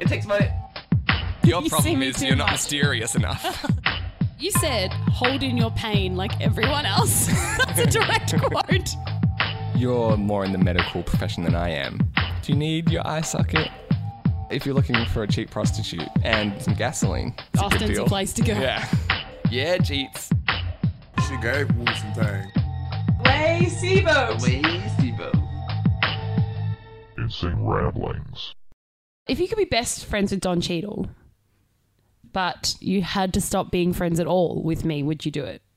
It takes money. Your You see problem me is too you're not much. mysterious enough. You said hold in your pain like everyone else. That's a direct quote. you're more in the medical profession than I am. Do you need your eye socket? If you're looking for a cheap prostitute and some gasoline, it's a good Austin's a deal. place to go. Yeah. Yeah, cheats. She gave Wu some thing. Way Sibo. Way Sibo. Insane ramblings. If you could be best friends with Don Cheadle, but you had to stop being friends at all with me, would you do it?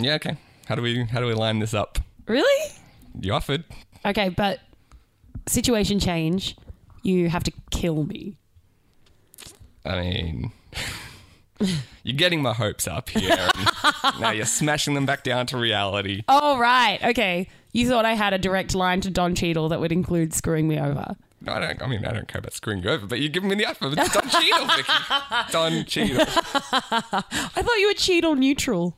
Yeah, okay. How do we how do we line this up? Really? You offered. Okay, but situation change. You have to kill me. I mean, you're getting my hopes up here. and now you're smashing them back down to reality. Oh, right. Okay. You thought I had a direct line to Don Cheadle that would include screwing me over. No, I don't. I mean, I don't care about screwing you over, but you're giving me the offer. It's Don Cheadle, Vicky. Don Cheadle. I thought you were Cheadle neutral.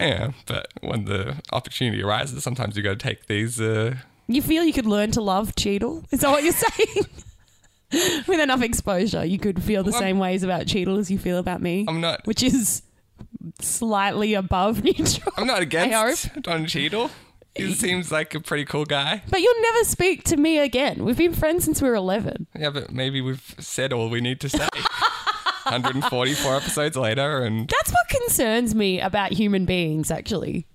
Yeah, but when the opportunity arises, sometimes you got to take these. Uh, You feel you could learn to love Cheadle? Is that what you're saying? With enough exposure, you could feel the Well, I'm- same ways about Cheadle as you feel about me. I'm not. Which is slightly above neutral. I'm not I hope. against Don Cheadle. He seems like a pretty cool guy. But you'll never speak to me again. We've been friends since we were 11. Yeah, but maybe we've said all we need to say. 144 episodes later, and That's what concerns me about human beings, actually.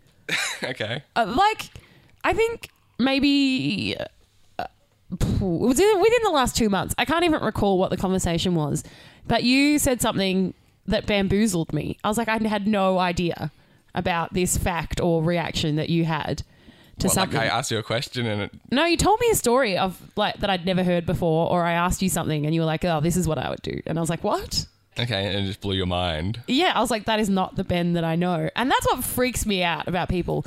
okay. Uh, like, I think maybe uh, phew, it was in- within the last two months. I can't even recall what the conversation was, but you said something that bamboozled me. I was like, I had no idea about this fact or reaction that you had to Well, like something. I uh, asked you a question, and it, no, you told me a story of like that I'd never heard before, or I asked you something and you were like, "Oh, this is what I would do," and I was like, "What?" okay, and it just blew your mind. yeah, I was like, that is not the Ben that I know. And that's what freaks me out about people.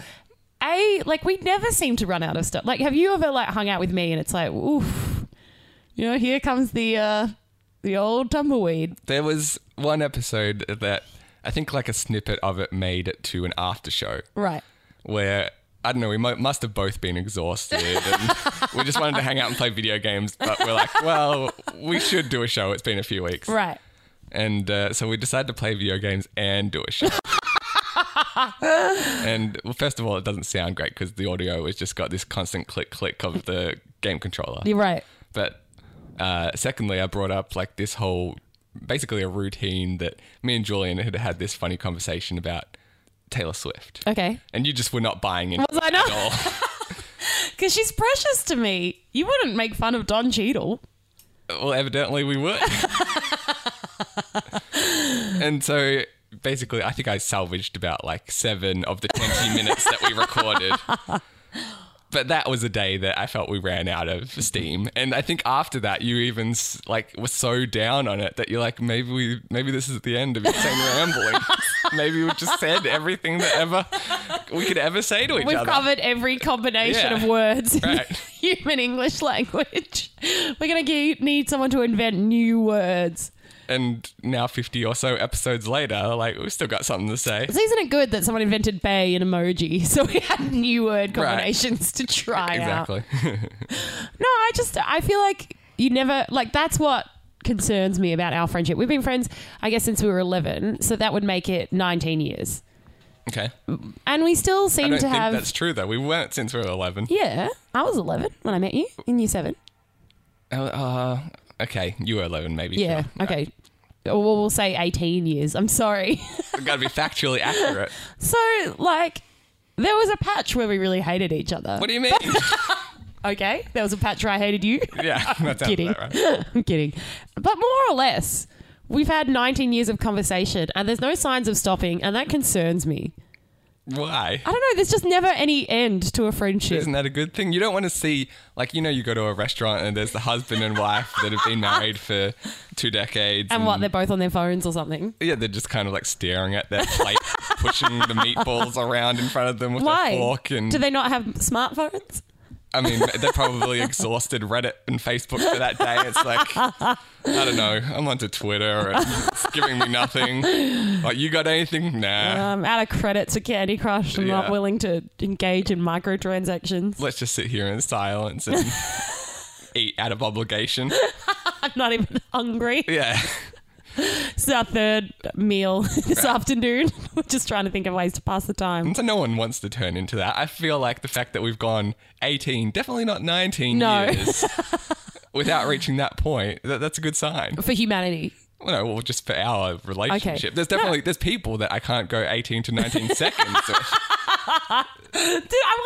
A, like, we never seem to run out of stuff. Like, have you ever, like, hung out with me and it's like, oof, you know, here comes the, uh, the old tumbleweed. There was one episode that I think like a snippet of it made it to an after show Right. where I don't know, we mo- must have both been exhausted and we just wanted to hang out and play video games, but we're like, well, we should do a show. It's been a few weeks. Right. And uh, so we decided to play video games and do a show. and well, first of all, it doesn't sound great because the audio has just got this constant click click of the game controller. You're right. But uh, secondly, I brought up like this whole basically a routine that me and Julian had had this funny conversation about Taylor Swift. Okay. And you just were not buying into Was I it not? at all. Because she's precious to me. You wouldn't make fun of Don Cheadle. well, evidently we would. and so basically, I think I salvaged about like seven of the 20 minutes that we recorded. But that was a day that I felt we ran out of steam, and I think after that you even s- like were so down on it that you're like, maybe we, maybe this is the end of insane rambling. maybe we just said everything that ever we could ever say to each We've other. covered every combination Yeah. of words in Right. human English language. We're going to need someone to invent new words. and now 50 or so episodes later, like, we've still got something to say. So isn't it good that someone invented bay and emoji? So we had new word Right. combinations to try out. Exactly. No, I just I feel like you never like that's what concerns me about our friendship. We've been friends, I guess, since we were eleven, so that would make it nineteen years, okay. and we still I seem don't to think have. that's true, though. We weren't since we were 11. yeah, I was eleven when I met you in year seven. Oh, Uh, okay. You were 11, maybe. Yeah, sure. okay. Or we'll we'll say eighteen years. I'm sorry. I've got to be factually accurate. so like. There was a patch where we really hated each other. What do you mean? Okay, there was a patch where I hated you. yeah. that sounds kidding. about right. I'm kidding. But more or less, we've had 19 years of conversation and there's no signs of stopping, and that concerns me. Why? I don't know, there's just never any end to a friendship. Isn't that a good thing? You don't want to see, like, you know, you go to a restaurant and there's the husband and wife that have been married for two decades. And what, they're both on their phones or something? Yeah, they're just kind of like staring at their plate, pushing the meatballs around in front of them with Why? a fork. And Do they not have smartphones? I mean, they're probably exhausted Reddit and Facebook for that day. It's like, I don't know. I'm onto Twitter and it's giving me nothing. Like, you got anything? Nah. I'm Um, out of credits for Candy Crush. I'm not Yeah. willing to engage in microtransactions. Let's just sit here in silence and eat out of obligation. I'm not even hungry. Yeah. It's our third meal this afternoon. We're just trying to think of ways to pass the time. So no one wants to turn into that. I feel like the fact that we've gone 18, definitely not 19 No. years without reaching that point, that, that's a good sign. For humanity. Well, no, well, just for our relationship. Okay. There's definitely, there's people that I can't go 18 to 19 seconds. with. Dude, I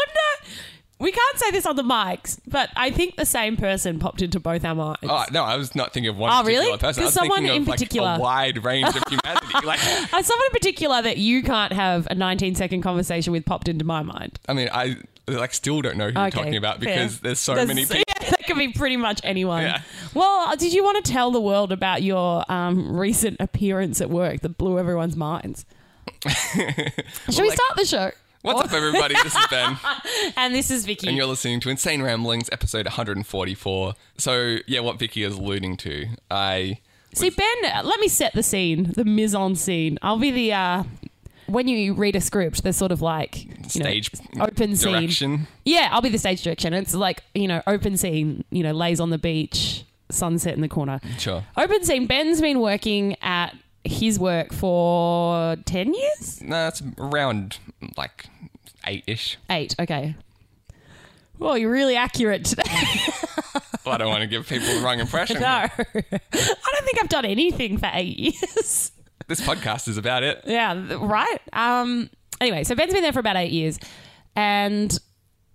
wonder. We can't say this on the mics, but I think the same person popped into both our minds. Oh, no, I was not thinking of one Oh, particular really? person. I was There's someone thinking of in like particular. a wide range of humanity. like, Uh, someone in particular that you can't have a 19 second conversation with popped into my mind. I mean, I like still don't know who you're Okay, talking about fair. because there's so many people. yeah, that could be pretty much anyone. Yeah. Well, uh, did you want to tell the world about your um, recent appearance at work that blew everyone's minds? Should we start the show? What's up, everybody? This is Ben. And this is Vicky. And you're listening to Insane Ramblings, episode 144. So, yeah, what Vicky is alluding to, I. See, Ben, uh, let me set the scene, the mise en scene. I'll be the. Uh, when you read a script, there's sort of like you know, Stage open scene. direction. Yeah, I'll be the stage direction. It's like you know, open scene. You know, lays on the beach, sunset in the corner. Sure. Open scene. Ben's been working at his work for ten years. No, it's around like eight ish. Eight. Okay. Well, you're really accurate today. I don't want to give people the wrong impression. No, I don't think I've done anything for eight years. This podcast is about it. Yeah, th- right. Um. Anyway, so Ben's been there for about eight years, and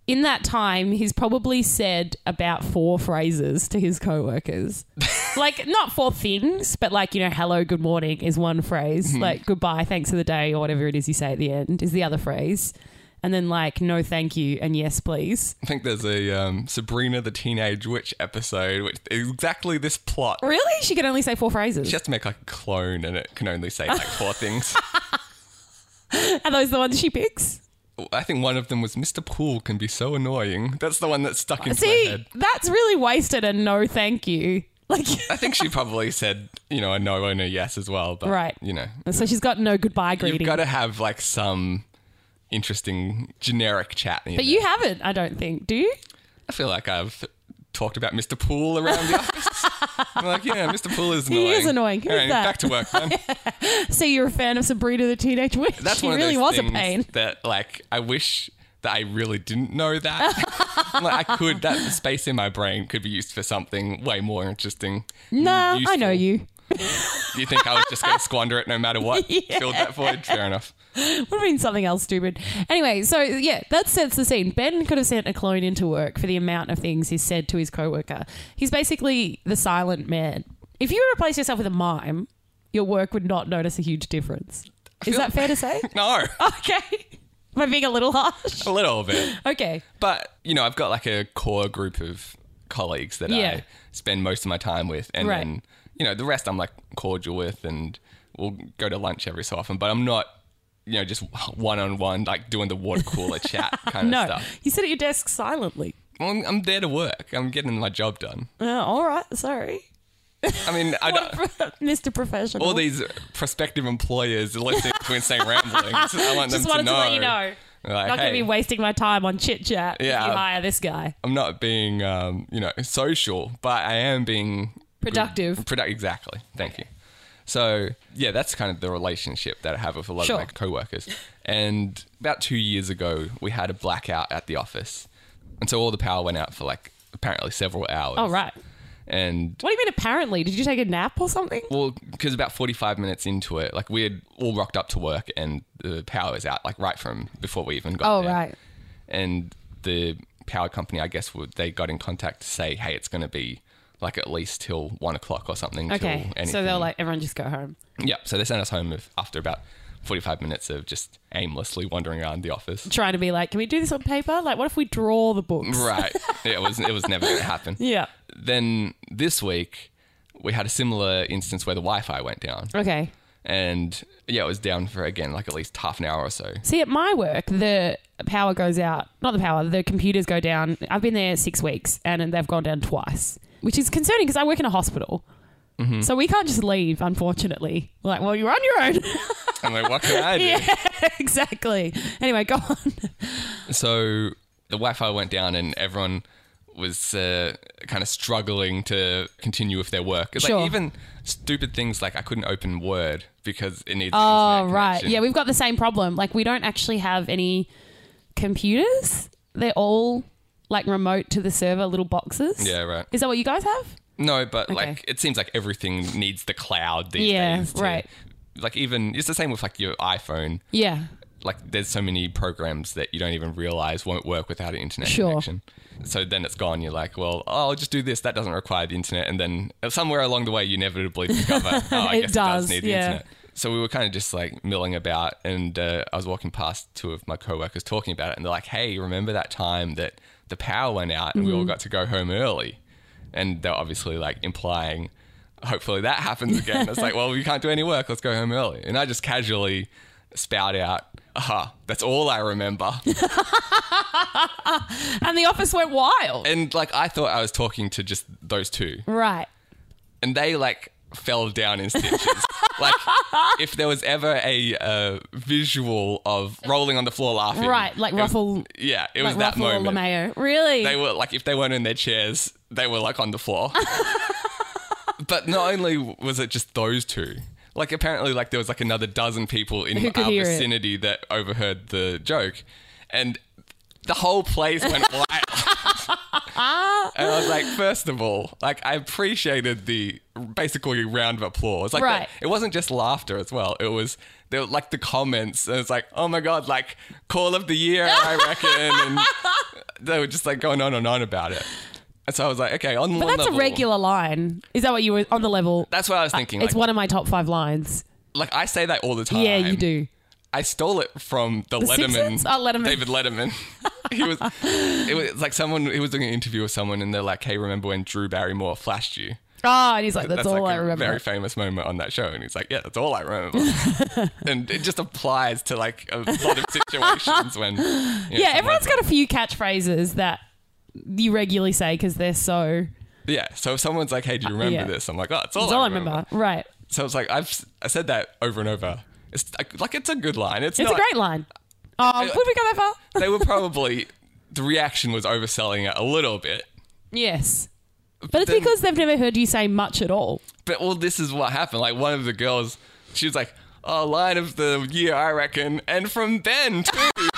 in that time, he's probably said about four phrases to his coworkers. like not four things, but like you know, hello, good morning is one phrase. Mm-hmm. Like goodbye, thanks for the day, or whatever it is you say at the end is the other phrase. And then like no, thank you, and yes, please. I think there's a um, Sabrina the Teenage Witch episode, which is exactly this plot. Really, she can only say four phrases. She has to make like a clone and it can only say like four things. Are those the ones she picks? I think one of them was Mr. Pool can be so annoying. That's the one that stuck into my See, head. that's really wasted. And no, thank you. Like. I think she probably said, you know, a no and a yes as well. But, Right. you know, So she's got no goodbye greeting. you've got to have like some interesting generic chat. But you haven't, I don't think. Do you? I feel like I've talked about Mr. Pool around the office. I'm like, yeah, Mr. Pool is annoying. He is annoying. Who is All right, that? Back to work, man. So you're a fan of Sabrina the Teenage Witch. That's she one of really those was a things pain. that, like, I wish that I really didn't know that. like, I could, that space in my brain could be used for something way more interesting. No, I useful. know you. You think I was just going to squander it no matter what? Filled that void? Fair enough. Would have been something else stupid. Anyway, so yeah, that sets the scene. Ben could have sent a clone into work for the amount of things he's said to his coworker. He's basically the silent man. If you replace yourself with a mime, your work would not notice a huge difference. Is that fair to say? No, okay. Am I being a little harsh? a little bit. Okay. But, you know, I've got like a core group of colleagues that Yeah. I spend most of my time with. And Right. then, you know, the rest I'm like cordial with and we'll go to lunch every so often. But I'm not, you know, just one on one, like doing the water cooler chat kind of No. stuff. You sit at your desk silently. Well, I'm, I'm there to work. I'm getting my job done. Uh, all right. Sorry. I mean, I don't. Mr. Professional. All these prospective employers are listening to insane ramblings. I want them Just to wanted know. to let you know. Like, Not going to hey, be wasting my time on chit chat Yeah. if you hire this guy. I'm not being, um, you know, social, but I am being Productive. Product exactly. Thank you. So yeah, that's kind of the relationship that I have with a lot Sure. of my coworkers. And about two years ago, we had a blackout at the office, and so all the power went out for like apparently several hours. All Oh, right. And What do you mean apparently? Did you take a nap or something? well, because about forty-five minutes into it, like we had all rocked up to work, and the power was out like right from before we even got Oh, there. right. And the power company, I guess, would they got in contact to say, hey, it's going to be like at least till one o'clock or something. Okay. Till So anything. they're like, everyone just go home. Yeah, so they sent us home with, after about 45 minutes of just aimlessly wandering around the office. Trying to be like, can we do this on paper? Like, what if we draw the books? Right. it was it was never going to happen. Yeah. Then this week we had a similar instance where the Wi-Fi went down. Okay. And yeah, it was down for again like at least half an hour or so. See, at my work, the power goes out. Not the power, the computers go down. I've been there six weeks and they've gone down twice, which is concerning because I work in a hospital. Mm-hmm. So we can't just leave, unfortunately. We're like, well, you're on your own. I'm like, what can I do? exactly. Anyway, go on. So the Wi-Fi went down and everyone was uh, kind of struggling to continue with their work. It's Sure. Like even stupid things like I couldn't open Word because it needs. Oh, internet right. connection. Yeah, we've got the same problem. Like, we don't actually have any computers. They're all like remote to the server little boxes. Yeah, right. Is that what you guys have? No, but like it seems like everything needs the cloud these Yeah, days. to- right. Like even it's the same with like your iPhone. Yeah. Like there's so many programs that you don't even realize won't work without an internet Sure. connection. So then it's gone. You're like, well, oh, I'll just do this. That doesn't require the internet. And then somewhere along the way, you inevitably discover, oh, I It guess it does, does need the yeah. internet. So we were kind of just like milling about, and uh, I was walking past two of my coworkers talking about it, and they're like, "Hey, remember that time that the power went out and we Mm-hmm. all got to go home early?" And they're obviously like implying, "Hopefully that happens again." it's like, "Well, we can't do any work. Let's go home early." And I just casually spout out, "Aha, that's all I remember." And the office went wild. and like I thought I was talking to just those two, right. and they like fell down in stitches. like if there was ever a uh, visual of rolling on the floor laughing, Right. Like, it was- ruffle. yeah, it was Like that Ruffle or moment. LeMayo. Really? They were like if they weren't in their chairs, they were like on the floor. but not only was it just those two. Like apparently, like there was like another dozen people in Who could our hear it. vicinity that overheard the joke, and the whole place went wild. And I was like, first of all, like I appreciated the basically round of applause. Like Right. the- it wasn't just laughter as well. It was there were, like the comments. And it's like, oh my god, like call of the year, I reckon. And they were just like going on and on about it. And so I was like, okay, on but one that's a level, regular line. Is that what you were on the level? That's what I was thinking. it's like, one of my top five lines. like I say that all the time. Yeah, you do. I stole it from the, Letterman, Simpsons? Oh, Letterman. David Letterman. he was, it was like someone. He was doing an interview with someone, and they're like, "Hey, remember when Drew Barrymore flashed you?" Oh, and he's like, that's, all like I a remember. Very famous moment on that show, and he's like, "Yeah, that's all I remember." and it just applies to like a lot of situations when you know, yeah, someone- everyone's got a few catchphrases that you regularly say because they're so. yeah. So if someone's like, "Hey, do you remember Uh, yeah. this?" I'm like, "Oh, it's all, That's I, all I remember. remember. Right. So it's like I've s- I said that over and over. It's like, like it's a good line. It's, It's not, a great line. Uh, Oh, would we go that far? They were probably the reaction was overselling it a little bit. yes. But it's Then- because they've never heard you say much at all. But well, this is what happened. Like one of the girls, she was like, "Oh, line of the year, I reckon," and from Ben too. and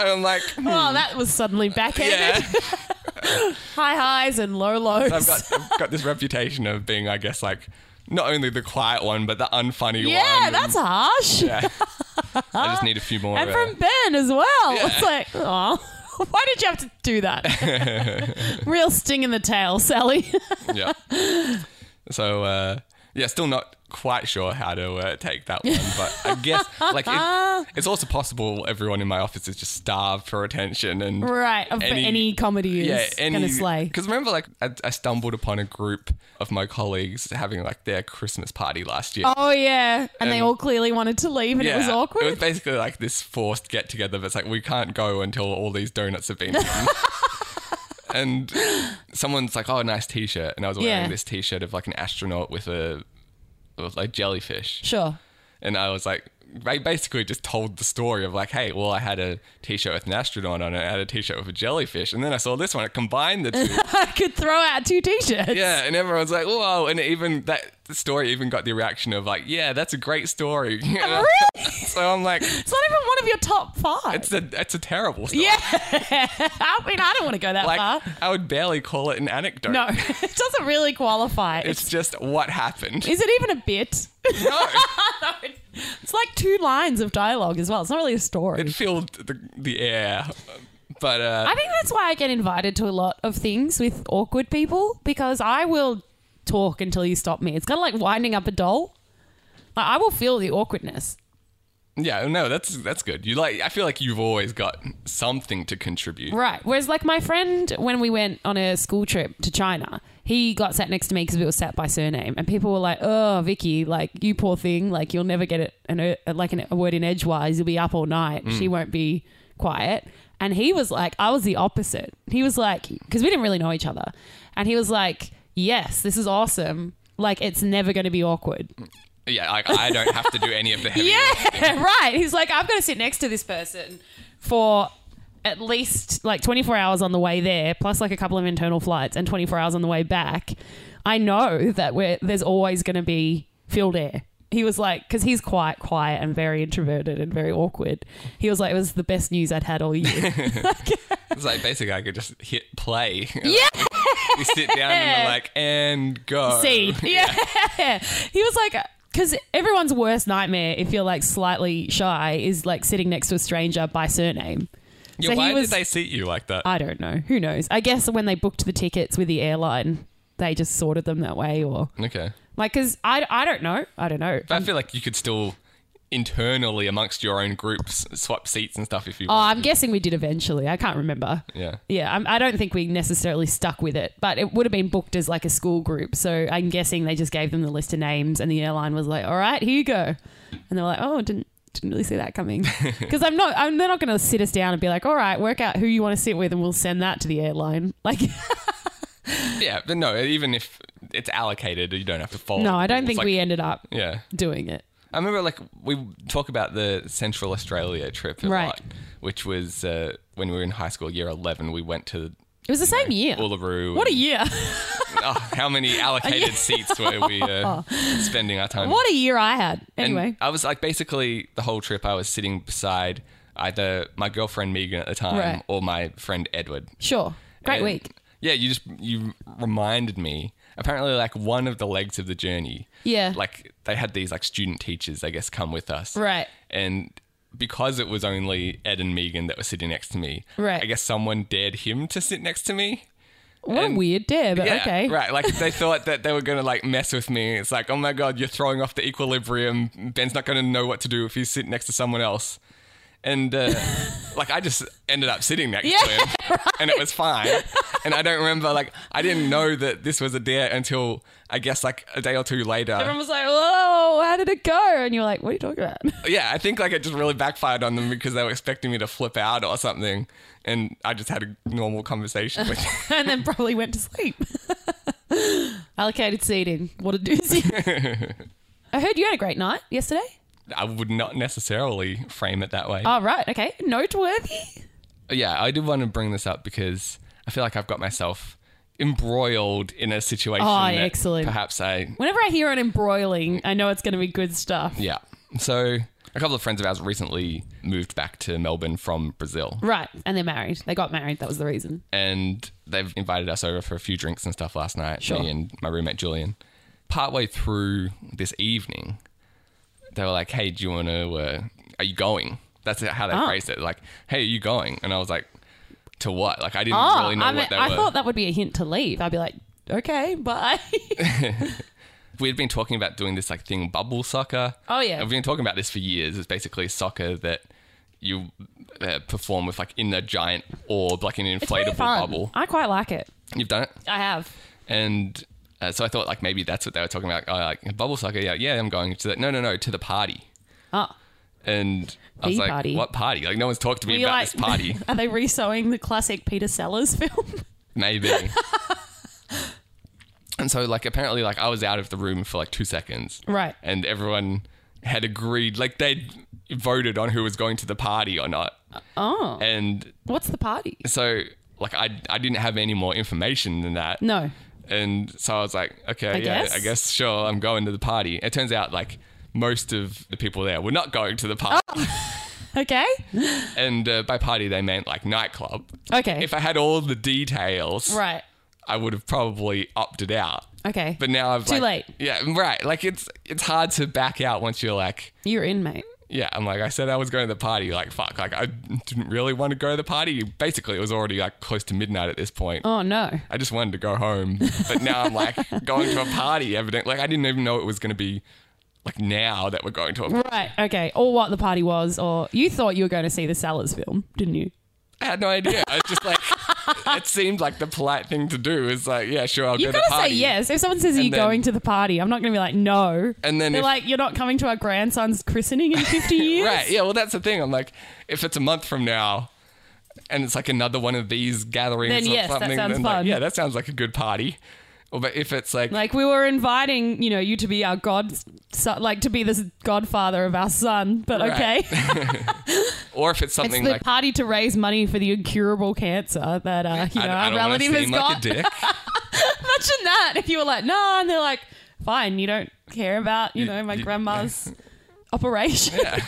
I'm like, hmm, Oh, that was suddenly backhanded. yeah. High highs and low lows. I've got I've got this reputation of being, I guess, like not only the quiet one but the unfunny yeah, one. that's harsh. I just need a few more. And uh, from Ben as well. It's like, oh, why did you have to do that? Real sting in the tail, Sally. yeah. So uh, yeah, still not quite sure how to uh, take that one, but I guess like Ah. it, it's also possible everyone in my office is just starved for attention and right, of any, Any- comedy is going to slay. Because remember, like I, I stumbled upon a group of my colleagues having like their Christmas party last year. Oh, yeah. And they all clearly wanted to leave and it was awkward. It was basically like this forced get together. But it's like we can't go until all these donuts have been eaten. and someone's like, "Oh, nice t-shirt," and I was wearing Yeah. this t-shirt of like an astronaut with a with like jellyfish, sure. and I was like. I basically just told the story of like, hey, well, I had a T-shirt with an astronaut on it, I had a T-shirt with a jellyfish, and then I saw this one. It combined the two. I could throw out two t shirts. Yeah, and everyone's like, "Whoa!" And it even that story even got the reaction of like, "Yeah, that's a great story." You know? Really? So I'm like, It's not even one of your top five. "It's a that's a terrible story." yeah. I mean, I don't want to go that like far. I would barely call it an anecdote. Uh-huh. No, it doesn't really qualify. It's, it's just what happened. is it even a bit? no, It's like two lines of dialogue as well. It's not really a story. it filled the the air, but uh, I think that's why I get invited to a lot of things with awkward people because I will talk until you stop me. It's kind of like winding up a doll. Like, I will feel the awkwardness. yeah, no, that's that's good. You like, I feel like you've always got something to contribute. Right. Whereas, like, my friend, when we went on a school trip to China, he got sat next to me because we were sat by surname. And people were like, oh, Vicky, like, you poor thing. Like, you'll never get it, an, uh, like, an, a word in edgewise. You'll be up all night. She won't be quiet. And he was like, I was the opposite. He was like, because we didn't really know each other. And he was like, yes, this is awesome. Like, it's never going to be awkward. Yeah, like I don't have to do any of the heavy. Yeah, right. He's like, I've got to sit next to this person for at least like 24 hours on the way there, plus like a couple of internal flights and 24 hours on the way back, I know that we're, there's always going to be field air. He was like, because he's quite quiet and very introverted and very awkward. He was like, it was the best news I'd had all year. It's like basically I could just hit play. yeah. you sit down and you're like, and go. seed. Yeah. He was like, because everyone's worst nightmare, if you're like slightly shy, is like sitting next to a stranger by surname. Yeah, So he why was- Uh, did they seat you like that? I don't know. Who knows? I guess when they booked the tickets with the airline, they just sorted them that way or okay. like, because I, I don't know. I don't know. But I feel like you could still internally amongst your own groups swap seats and stuff if you Oh, want. I'm guessing we did eventually. I can't remember. yeah. Yeah, I'm, I don't think we necessarily stuck with it, but it would have been booked as like a school group. So I'm guessing they just gave them the list of names, and the airline was like, "All right, here you go," and they were like, "Oh, didn't didn't really see that coming," because I'm not. I'm, they're not going to sit us down and be like, "All right, work out who you want to sit with, and we'll send that to the airline." Like, Yeah, but no, even if it's allocated, you don't have to follow. no, the I don't rules. think Like, we ended up Yeah. doing it. I remember like we talk about the Central Australia trip a Right. lot, which was uh, when we were in high school, year 11, we went to It was the same year. Uluru. What a and- year! oh, how many allocated seats were we uh, spending our time? what a year I had. And Anyway, I was like basically the whole trip I was sitting beside either my girlfriend Megan at the time Right. or my friend Edward. sure, great And- week. Yeah, you just you reminded me. Apparently, like one of the legs of the journey. Yeah. Like they had these like student teachers, I guess, come with us. Right. And because it was only Ed and Megan that were sitting next to me, Right. I guess someone dared him to sit next to me. What a and- weird dare, but Yeah, okay. Right. Like they thought that they were gonna like mess with me. It's like, oh my god, you're throwing off the equilibrium. Ben's not gonna know what to do if he's sitting next to someone else. And uh, like I just ended up sitting next to him, and it was fine. And I don't remember like I didn't know that this was a dare until I guess like a day or two later. Everyone was like, "Whoa, how did it go?" And you're like, "What are you talking about?" yeah, I think like it just really backfired on them because they were expecting me to flip out or something, and I just had a normal conversation with. and then probably went to sleep. Allocated seating. What a doozy. I heard you had a great night yesterday. I would not necessarily frame it that way. Oh, right. Okay. Noteworthy. yeah, I did want to bring this up because I feel like I've got myself embroiled in a situation. Oh, that excellent. Perhaps I, Whenever I hear an embroiling, I know it's going to be good stuff. yeah. So a couple of friends of ours recently moved back to Melbourne from Brazil, Right. And they're married. They got married. That was the reason. and they've invited us over for a few drinks and stuff last night. Sure. Me and my roommate Julian. Partway through this evening, they were like, "Hey, do you want to? Uh, are you going?" That's how they Oh. phrased it. Like, "Hey, are you going?" And I was like, "To what?" Like, I didn't Oh, really know I, mean, what they I were. thought that would be a hint to leave. I'd be like, okay, bye. we'd been talking about doing this like thing bubble soccer. Oh, yeah. I've been talking about this for years. It's basically soccer that you uh, perform with like in a giant orb, like an It's pretty inflatable fun. bubble. I quite like it. You've done it, I have. and uh, so I thought like maybe that's what they were talking about. Like, oh, like bubble soccer. Yeah, yeah, I'm going to that. No, no, no, to the party. Oh. And I The was like, party. what party? Like no one's talked to me Were you about like- this party. Are they resewing the classic Peter Sellers film? maybe. and so like apparently like I was out of the room for like two seconds. Right. And everyone had agreed, like they'd voted on who was going to the party or not. Oh. Eh. And What's the party? so like I I didn't have any more information than that. No. And so I was like, okay, yeah, guess. I guess sure, I'm going to the party. It turns out like most of the people there were not going to the party. Oh. Okay. And uh, by party they meant like nightclub. Okay. If I had all the details, right. I would have probably opted out. Okay. But now I've Too like- late. Yeah, right. Like it's it's hard to back out once you're like, You're in, mate. yeah. I'm like, I said I was going to the party. Like fuck. Like I didn't really want to go to the party. Basically, it was already like close to midnight at this point. Oh no. I just wanted to go home, but now I'm like going to a party. Evidently, like I didn't even know it was going to be like now that we're going to. A- Right. Okay. Or what the party was, or you thought you were going to see the Sellers film, didn't you? I had no idea. I was just like, it seemed like the polite thing to do is like, yeah, sure, I'll You've go to got the to say party. yes. If someone says, Are you then- going to the party? I'm not going to be like, No. And then They're if- like, You're not coming to our grandson's christening in 50 years? Right. Yeah. Well, that's the thing. I'm like, if it's a month from now, and it's like another one of these gatherings, Then or yes, that something, sounds then like, fun. yeah, that sounds like a good party. Or but if it's like, Like, we were inviting, you know, you to be our god, so, like, to be this godfather of our son, but Right. okay. or if it's It's something the like party to raise money for the incurable cancer that uh, you I, know, don't- I our don't want to relative has seem got. like a dick. Imagine that if you were like, no, and they're like, fine, you don't care about, you You- know, my you- grandma's operation. Yeah.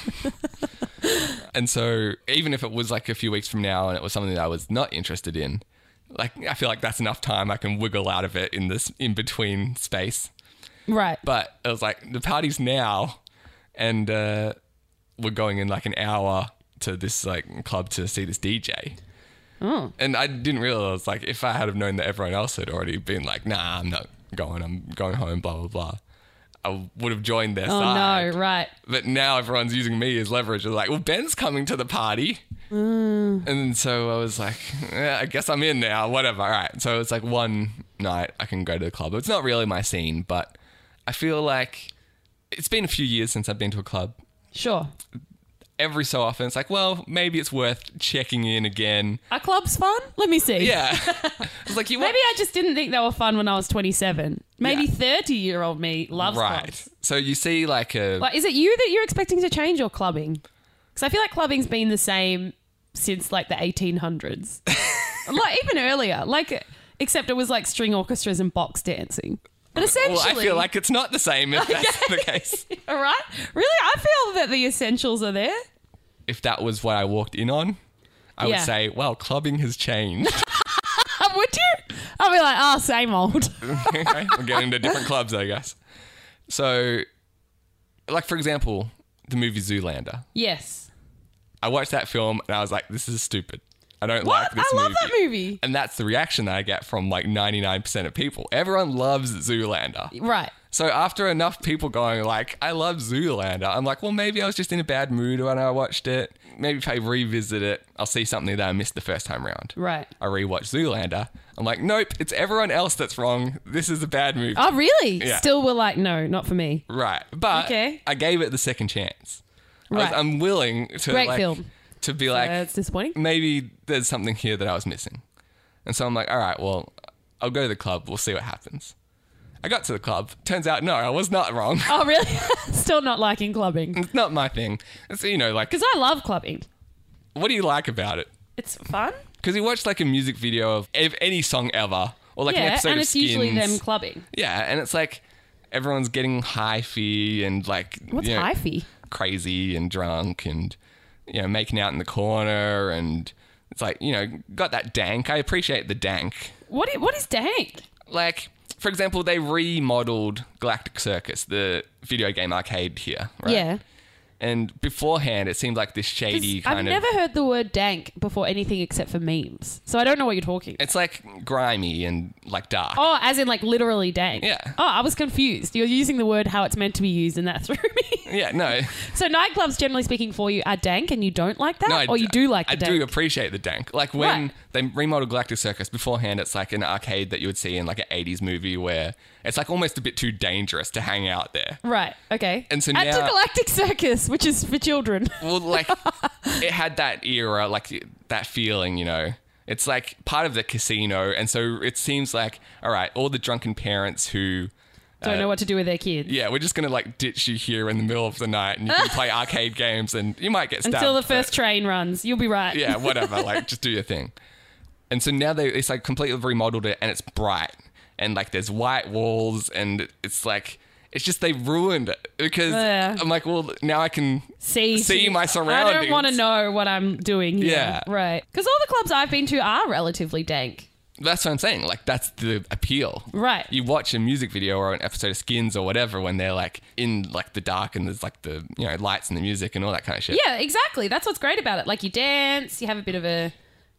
and so even if it was like a few weeks from now and it was something that I was not interested in, like I feel like that's enough time I can wiggle out of it in this in between space. Right. But it was like the party's now and uh, we're going in like an hour to this like club to see this DJ. Oh. And I didn't realize like if I had have known that everyone else had already been like, nah, I'm not going, I'm going home, blah blah blah. I would have joined their oh, side. no, right. But now everyone's using me as leverage. They're like, well, Ben's coming to the party. Mm. And so I was like, "Yeah, I guess I'm in now, whatever. All right. So it's like one night I can go to the club. It's not really my scene, but I feel like it's been a few years since I've been to a club. Sure. Every so often, it's like, well, maybe it's worth checking in again. Are clubs fun? Let me see. Yeah. it's like, you want- Maybe I just didn't think they were fun when I was 27. Maybe Yeah. 30 year old me loves Right. clubs. So you see, like, a. Like, is it you that you're expecting to change your clubbing? Because I feel like clubbing's been the same since like the 1800s. like even earlier. Like, except it was like string orchestras and box dancing. But essentially, well, I feel like it's not the same if that's the case. all right, really, I feel that the essentials are there. if that was what I walked in on, I Yeah. would say, well, clubbing has changed. Uh, would you? I'll be like, ah, same old. okay? We're getting to different clubs, I guess. So, like, for example, the movie Zoolander. yes, I watched that film and I was like, this is stupid. I don't like what? this I love that movie. And that's the reaction that I get from like 99% of people. Everyone loves Zoolander. Right. So after enough people going like, I love Zoolander, I'm like, well, maybe I was just in a bad mood when I watched it. Maybe if I revisit it, I'll see something that I missed the first time round. Right. I rewatched Zoolander. I'm like, nope, it's everyone else that's wrong. This is a bad movie. Oh, really? Yeah. Still, we're like, no, not for me. Right. But Okay. I gave it the second chance. I Right. was, I'm willing to Great like, film. to be like That's disappointing. maybe there's something here that I was missing. And so I'm like, all right, well, I'll go to the club. We'll see what happens. I got to the club. Turns out, no, I was not wrong. Oh, really? Still not liking clubbing. it's not my thing. It's, you know, like, Because I love clubbing. what do you like about it? It's fun. Because you watch like a music video of of any song ever, or like an yeah, episode and of it's usually Skins. them clubbing. Yeah, and it's like everyone's getting hyphy and like What's you know, hyphy? crazy and drunk and you know making out in the corner and it's like you know got that dank. I appreciate the dank. What is, what is dank? Like for example, they remodeled Galactic Circus, the video game arcade here, right? Yeah. And beforehand, it seemed like this shady 'Cause I've kind of. never heard the word dank before anything except for memes. So I don't know what you're talking it's like grimy and like dark. Oh, as in like literally dank. Yeah. Oh, I was confused. You're using the word how it's meant to be used, and that threw me. Yeah, no, so nightclubs, generally speaking, for you are dank, and you don't like that, no, I- or you do like I the dank. do appreciate the dank. Like when Right. they remodeled Galactic Circus beforehand, it's like an arcade that you would see in like an '80s movie where it's like almost a bit too dangerous to hang out there. Right. Okay. And so at now- the Galactic Circus, which is for children. Well, like it had that era, like that feeling, you know. It's like part of the casino, and so it seems like all right, all the drunken parents who. don't know what to do with their kids Uh, Yeah, we're just gonna like ditch you here in the middle of the night, and you can play arcade games, and you might get stabbed until the but- first train runs. You'll be right. yeah, whatever. like, just do your thing. And so now they it's like completely remodeled it, and it's bright, and like there's white walls, and it's like it's just they ruined it because Yeah. I'm like, well, now I can See, see my I don't surroundings. want to know what I'm doing. Here. Yeah. Right. Because all the clubs I've been to are relatively dank. That's what I'm saying. Like that's the appeal, Right. You watch a music video or an episode of Skins or whatever when they're like in like the dark and there's like the you know lights and the music and all that kind of shit. Yeah, exactly. That's what's great about it. Like you dance, you have a bit of a,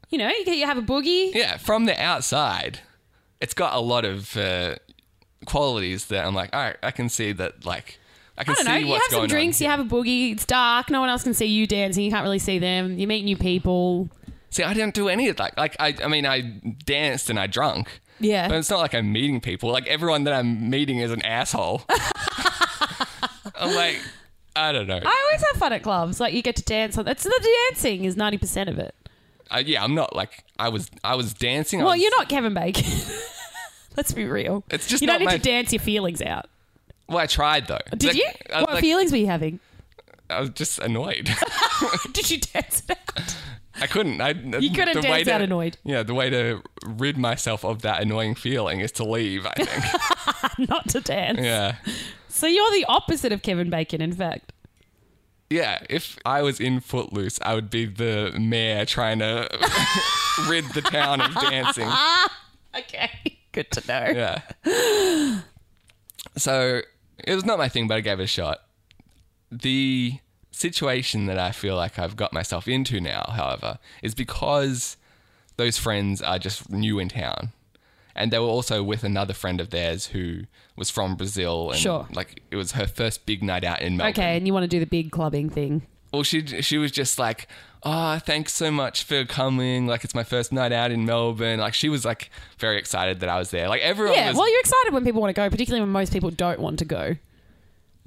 you know, you, you have a boogie. yeah, from the outside, it's got a lot of uh, qualities that I'm like, all right, I can see that. Like, I can I don't know. see You have what's some going drinks, on. you have a boogie. It's dark. No one else can see you dancing. You can't really see them. You meet new people. See, I didn't do any of that. Like, I, I mean, I danced and I drunk. Yeah. But it's not like I'm meeting people. Like everyone that I'm meeting is an asshole. I'm like, I don't know. I always have fun at clubs. Like you get to dance. That's the dancing is ninety percent of it. I, yeah, I'm not like I was. I was dancing. I Well, was- you're not Kevin Bacon. Let's be real. Um, It's just you don't not need my- to dance your feelings out. Well, I tried though. Did Like, you? I was What like- feelings were you having? I was just annoyed. Did you dance it out? I couldn't. I you couldn't dance out annoyed. Yeah, the way to rid myself of that annoying feeling is to leave. I think. Not to dance. yeah, So you're the opposite of Kevin Bacon, in fact. yeah. If I was in Footloose, I would be the mayor trying to rid the town of dancing. Okay. Good to know. Yeah. So it was not my thing, but I gave it a shot. The situation that I feel like I've got myself into now, however, is because those friends are just new in town. And they were also with another friend of theirs who was from Brazil. And Sure. Like it was her first big night out in Melbourne. Okay, and you want to do the big clubbing thing. Well, she she was just like, "Ah, thanks so much for coming. Like, it's my first night out in Melbourne. Like, she was like very excited that I was there. Like, everyone Yeah, was well, you're excited when people want to go, particularly when most people don't want to go.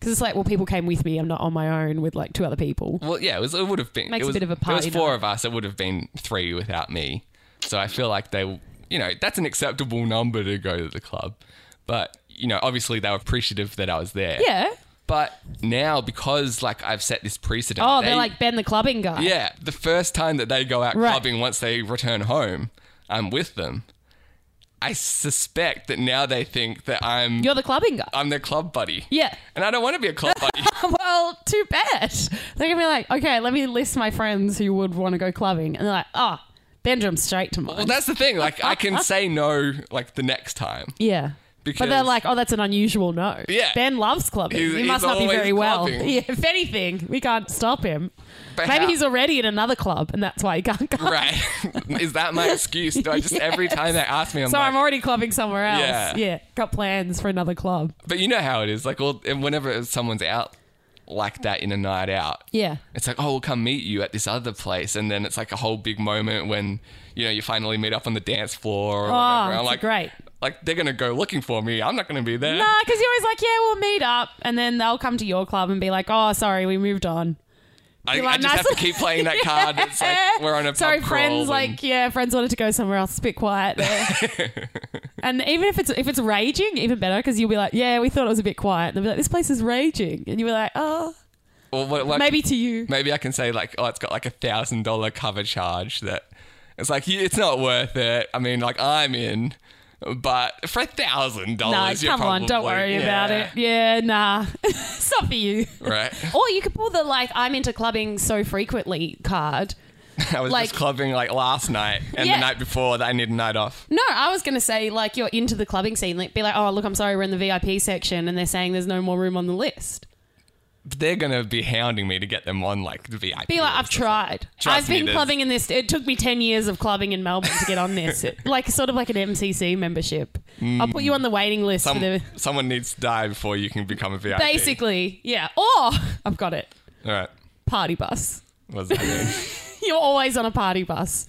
Because it's like, well, people came with me. I'm not on my own with like two other people. Well, yeah, it was. It would have been Makes it a was, bit of a There was party four night. of us. It would have been three without me. So I feel like they, you know, that's an acceptable number to go to the club. But you know, obviously they were appreciative that I was there. Yeah. But now because like I've set this precedent. Oh, they, they- are like Ben the clubbing guy. yeah. The first time that they go out Right. clubbing, once they return home, I'm with them. I suspect that now they think that I'm You're the clubbing guy. I'm their club buddy. Yeah. And I don't want to be a club buddy. well, too bad. They're going to be like, okay, let me list my friends who would want to go clubbing. And they're like, oh, Ben jumps straight to mine. Well, that's the thing. Like, I can say no, like, the next time. yeah. Because But they're like, oh, that's an unusual no. Yeah. Ben loves clubbing. He's- he must he's not be always very well. clubbing. Yeah, if anything, we can't stop him. But Maybe how- he's already in another club and that's why he can't go. right. Is that my excuse? Do I just every time they ask me, I'm So like, I'm already clubbing somewhere else. Yeah. Yeah. Got plans for another club. but you know how it is. Like, all, and whenever someone's out like that in a night out, Yeah. it's like, oh, we'll come meet you at this other place, and then it's like a whole big moment when you know you finally meet up on the dance floor. Or whatever. I'm Oh, it's like, great. Like they're gonna go looking for me. I'm not gonna be there. Nah, because you're always like, yeah, we'll meet up. And then they'll come to your club and be like, oh, sorry, we moved on. I, You're I like, just "Nice." have to keep playing that card. It's like we're on a pub Sorry, crawl friends. and- Like, yeah, friends wanted to go somewhere else. It's a bit quiet there. and even if it's if it's raging, even better because you'll be like, yeah, we thought it was a bit quiet. And they'll be like, this place is raging, and you'll be like, oh, Or what- like- maybe to you. Maybe I can say like, oh, it's got like a thousand dollar cover charge that it's like yeah, it's not worth it. I mean, like I'm in, but for a thousand Nah, dollars, you're come on, don't probably- worry about yeah, it. Yeah, nah, it's not for you. Right. Or you could pull the like I'm into clubbing so frequently card. I was Like- just clubbing like last night and Yeah. the night before that I need a night off. No, I was gonna say like you're into the clubbing scene, like be like, oh look, I'm sorry, we're in the VIP section, and they're saying there's no more room on the list. They're gonna be hounding me to get them on like the VIP. Be like, I've tried. Trust I've me, been there's- clubbing in this. It took me ten years of clubbing in Melbourne to get on this, It- like sort of like an MCC membership. I'll put you on the waiting list Some- for the. someone needs to die before you can become a VIP. Basically, yeah. Or I've got it. All right. Party bus. What does that mean? You're always on a party bus.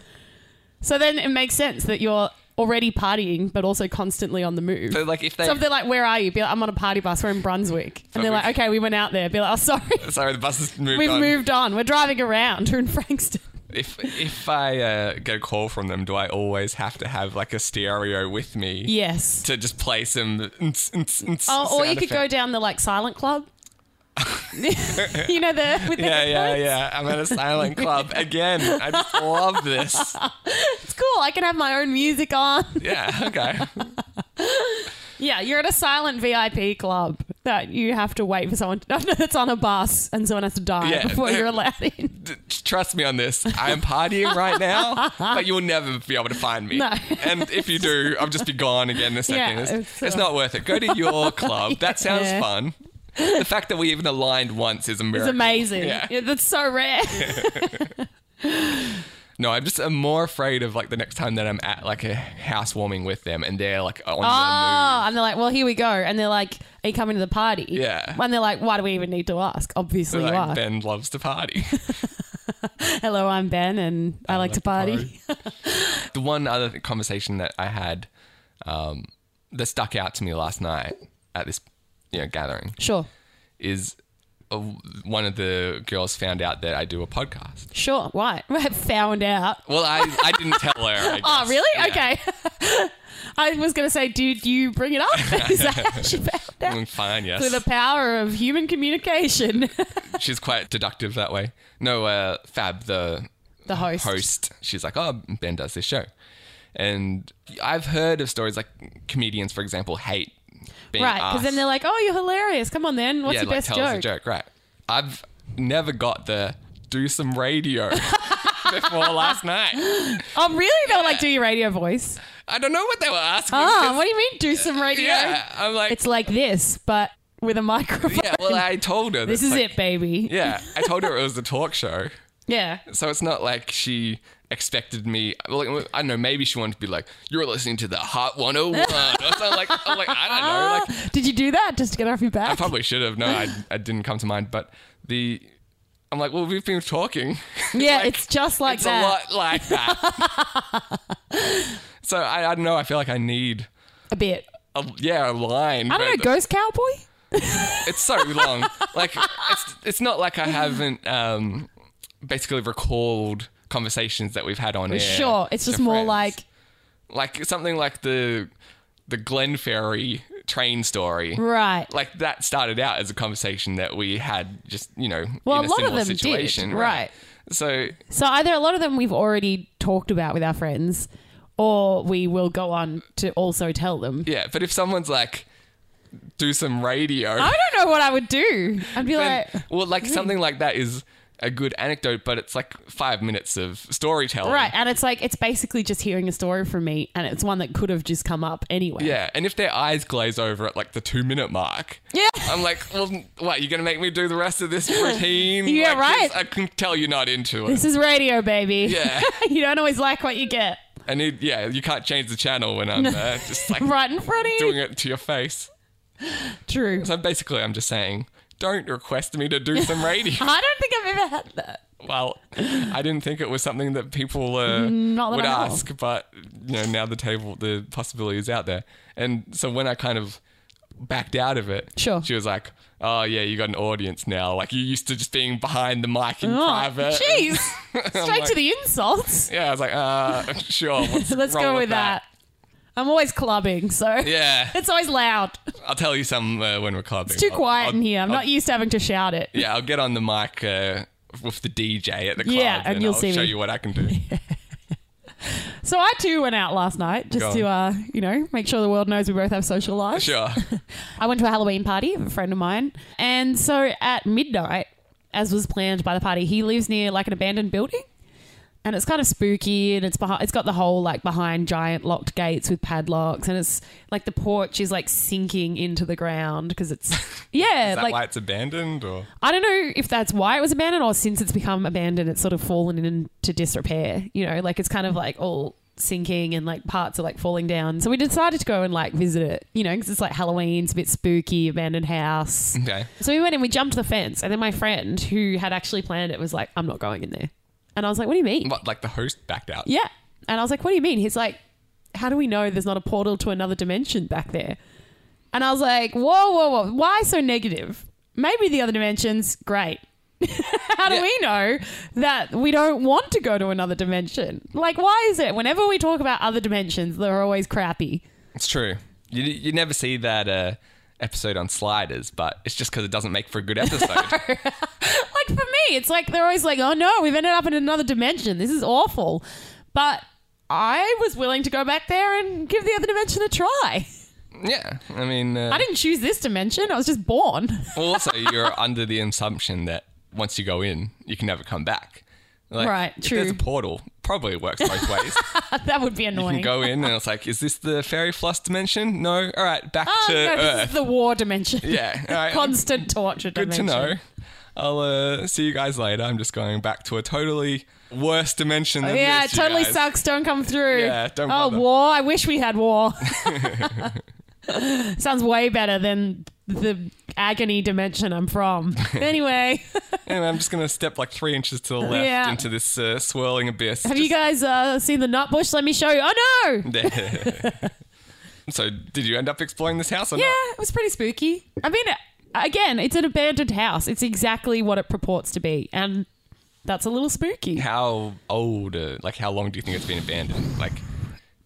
So then it makes sense that you're already partying, but also constantly on the move. so like if they So if they're like, "Where are you?" Be like, "I'm on a party bus. We're in Brunswick." And they're we've- like, "Okay, we went out there." Be like, "Oh, sorry, sorry, the bus has moved we've on. moved on. We're driving around. We're in Frankston." If if I uh, get a call from them, do I always have to have like a stereo with me? Yes. to just play some. ns- ns- ns- Oh, or you sound could go effect. down the like silent club. you know the with the Yeah, yeah, headphones? yeah. I'm at a silent club again. I just love this. It's cool. I can have my own music on. Yeah, okay. Yeah, you're at a silent VIP club that you have to wait for someone. To, no, no, it's on a bus, and someone has to die Yeah. before you're allowed in. D- Trust me on this. I'm partying right now, but you'll never be able to find me. No. And if you do, I'll just be gone again the second. Yeah, it's it's, it's uh, not worth it. Go to your club. That sounds Yeah. fun. The fact that we even aligned once is a It's miracle. amazing. Yeah. Yeah, that's so rare. No, I'm just I'm more afraid of like the next time that I'm at like a housewarming with them and they're like on the move. Oh, and they're like, well, here we go. And they're like, are you coming to the party? Yeah. And they're like, why do we even need to ask? Obviously, you Like are. Ben loves to party. Hello, I'm Ben, and I, like, to party. the one other th- conversation that I had um, that stuck out to me last night at this you know, gathering Sure, is uh, one of the girls found out that I do a podcast. sure. Why? Found out. Well, I, I didn't tell her. I Oh, guess. really? Yeah. Okay. I was going to say, dude, you bring it up. Is that how she found out? Mm, Fine, yes. Through the power of human communication. she's quite deductive that way. No, uh, Fab, the The host. host, she's like, oh, Ben does this show. And I've heard of stories like comedians, for example, hate being Right, because then asked- they're like, "Oh, you're hilarious! Come on, then, what's yeah, your like best tell us a joke?" joke, right? I've never got the do some radio before last night. Oh, really? They were like, "Do your radio voice." I don't know what they were asking. Ah, what do you mean, do some radio? yeah, I'm like, It's like this, but with a microphone. yeah. Well, I told her this that's is like- it, baby. Yeah, I told her it was a talk show. Yeah. So it's not like she expected me. Well, I don't know. Maybe she wanted to be like, "You're listening to the Hot 101." or something like, I'm like, I don't know. Like, Did you do that just to get off your back? I probably should have. No, I, I didn't come to mind. But the, I'm like, well, we've been talking. yeah, it's just like it's that. a lot like that. so I, I don't know. I feel like I need, A bit. a, yeah, a line. I don't where know, the- Ghost Cowboy? it's so long. Like it's it's not like I haven't um basically recalled conversations that we've had on air. Sure. It's just to more friends. like, like something like the the Glenferrie train story. right. Like that started out as a conversation that we had just, you know, Well, in a, a lot of similar them did, situation. right. So So either a lot of them we've already talked about with our friends, or we will go on to also tell them. yeah, but if someone's like do some radio I don't know what I would do. I'd be then- like, well like something like that is a good anecdote, but it's like five minutes of storytelling. right. And it's like, it's basically just hearing a story from me, and it's one that could have just come up anyway. Yeah, and if their eyes glaze over at like the two minute mark, Yeah. I'm like, well, what? You're gonna make me do the rest of this routine? Yeah, Like, right. this- I can tell you're not into it. This is radio, baby. Yeah. you don't always like what you get I need. Yeah, you can't change the channel when I'm uh, just like right in front of you. doing it to your face. True. So basically, I'm just saying, don't request me to do some radio. I don't think I've ever had that. well, I didn't think it was something that people uh, Mm, that would I know of. ask, but you know, now the table, the possibility is out there. And so when I kind of backed out of it, Sure. she was like, "Oh yeah, you got an audience now. Like you used to just being behind the mic in Oh, private." jeez. I'm Straight to like- the insults. Yeah, I was like, "Uh, sure. what's Let's wrong go with that. I'm always clubbing, so Yeah, it's always loud. I'll tell you some uh, when we're clubbing. It's too I'll- quiet I'll- in here. I'm I'll- not used to having to shout it. Yeah, I'll get on the mic uh, with the DJ at the club. Yeah, and you'll I'll see show me. you what I can do. So I too went out last night just Go to, uh, you know, make sure the world knows we both have social lives. Sure. I went to a Halloween party of a friend of mine. And so at midnight, as was planned by the party, he lives near like an abandoned building. And it's kind of spooky and it's behind, it's got the whole like behind giant locked gates with padlocks and it's like the porch is like sinking into the ground because it's yeah Is that like why it's abandoned or? I don't know if that's why it was abandoned or since it's become abandoned, it's sort of fallen into disrepair. You know, like it's kind of like all sinking and like parts are like falling down. So we decided to go and like visit it, you know, because it's like Halloween, it's a bit spooky, abandoned house. Okay. So we went in, we jumped the fence, and then my friend who had actually planned it was like, I'm not going in there. And I was like, What do you mean? What, like the host backed out? Yeah. And I was like, What do you mean? He's like, How do we know there's not a portal to another dimension back there? And I was like, Whoa, whoa, whoa. Why so negative? Maybe the other dimension's great. How do Yeah. we know that we don't want to go to another dimension? Like, why is it whenever we talk about other dimensions, they're always crappy? It's true. You, you never see that uh, episode on Sliders, but it's just because it doesn't make for a good episode. like for me, it's like they're always like, "Oh no, we've ended up in another dimension. This is awful." But I was willing to go back there and give the other dimension a try. yeah, I mean, uh, I didn't choose this dimension. I was just born. also you're under the assumption that once you go in, you can never come back. Like, Right, If there's a true. portal, probably works both ways. that would be you can annoying. go in, and it's like, is this the fairy floss dimension? No. All right, back oh to no, this Earth. is the war dimension. yeah. All right. Constant torture good to dimension. know. I'll uh, see you guys later. I'm just going back to a totally worse dimension than Yeah, it this, you totally guys. sucks. Don't come through. Yeah, don't Oh, bother. war. I wish we had war. Sounds way better than the agony dimension I'm from. Anyway. Anyway, I'm just going to step like three inches to the left Yeah. into this uh, swirling abyss. Have you guys uh, seen the nut bush? Let me show you. Oh no! so, did you end up exploring this house or Yeah, not? it was pretty spooky. I mean, again, it's an abandoned house. It's exactly what it purports to be, and that's a little spooky. How old, uh, like, how long do you think it's been abandoned? Like,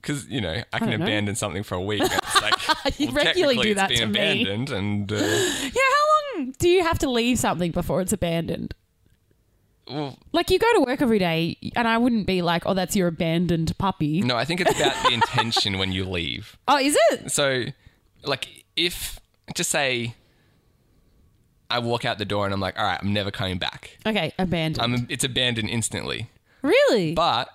because, you know, I can don't know. abandon something for a week. and It's like, You well, regularly technically do that It's been to me. abandoned and. Uh, Yeah, how long Do you have to leave something before it's abandoned? Well, Like you go to work every day, and I wouldn't be like, "Oh, that's your abandoned puppy." no, I think it's about the intention when you leave. Oh, is it? So, like, if just say I walk out the door and I'm like, all right, I'm never coming back. Okay, abandoned. I'm it's abandoned instantly. really? Um, But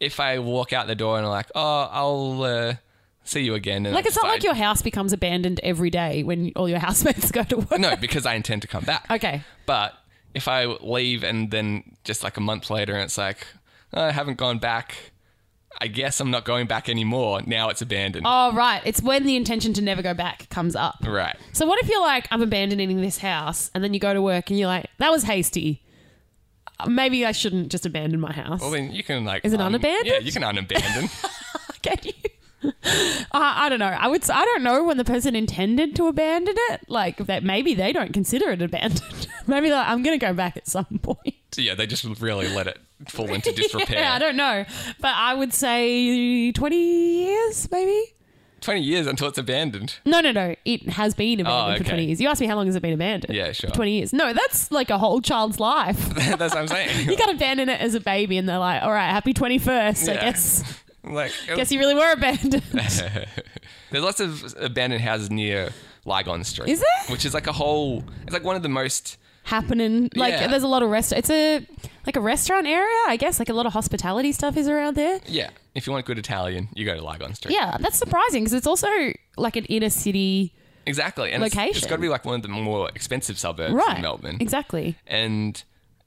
if I walk out the door and I'm like, oh, I'll uh, see you again, and like I it's not like decide- your house becomes abandoned every day when all your housemates go to work. no, because I intend to come back. Okay. But if I leave and then just like a month later, and it's like "Oh, I haven't gone back. I guess I'm not going back anymore. Now it's abandoned. Oh right, it's when the intention to never go back comes up. Right. So what if you're like, I'm abandoning this house, and then you go to work and you're like, that was hasty. Uh, Maybe I shouldn't just abandon my house. Well, then you can like. Is it unabandoned? Yeah, you can unabandon. Can you? I I don't know. I would. s- I don't know when the person intended to abandon it. Like that, maybe they don't consider it abandoned. maybe they're like, I'm going to go back at some point. so yeah, they just really let it fall into disrepair. Yeah, I don't know, but I would say 20 years, maybe. Twenty years until it's abandoned. No, no, no. It has been abandoned for Oh, okay. 20 years. You asked me how long has it been abandoned? Yeah, sure. 20 years. No, that's like a whole child's life. That's what I'm saying. you got abandoned it as a baby, and they're like, "All right, happy 21st, I Yeah. guess." like, Guess you really were abandoned. There's lots of abandoned houses near Lygon Street. Is there? Which is like a whole. It's like one of the most. Happening like Yeah. there's a lot of rest. It's a like a restaurant area, I guess. Like a lot of hospitality stuff is around there. Yeah, if you want good Italian, you go to Lygon Street. Yeah, that's surprising because it's also like an inner city, Exactly. And it's- it's Location. got to be like one of the more expensive suburbs right? in Melbourne. Exactly. And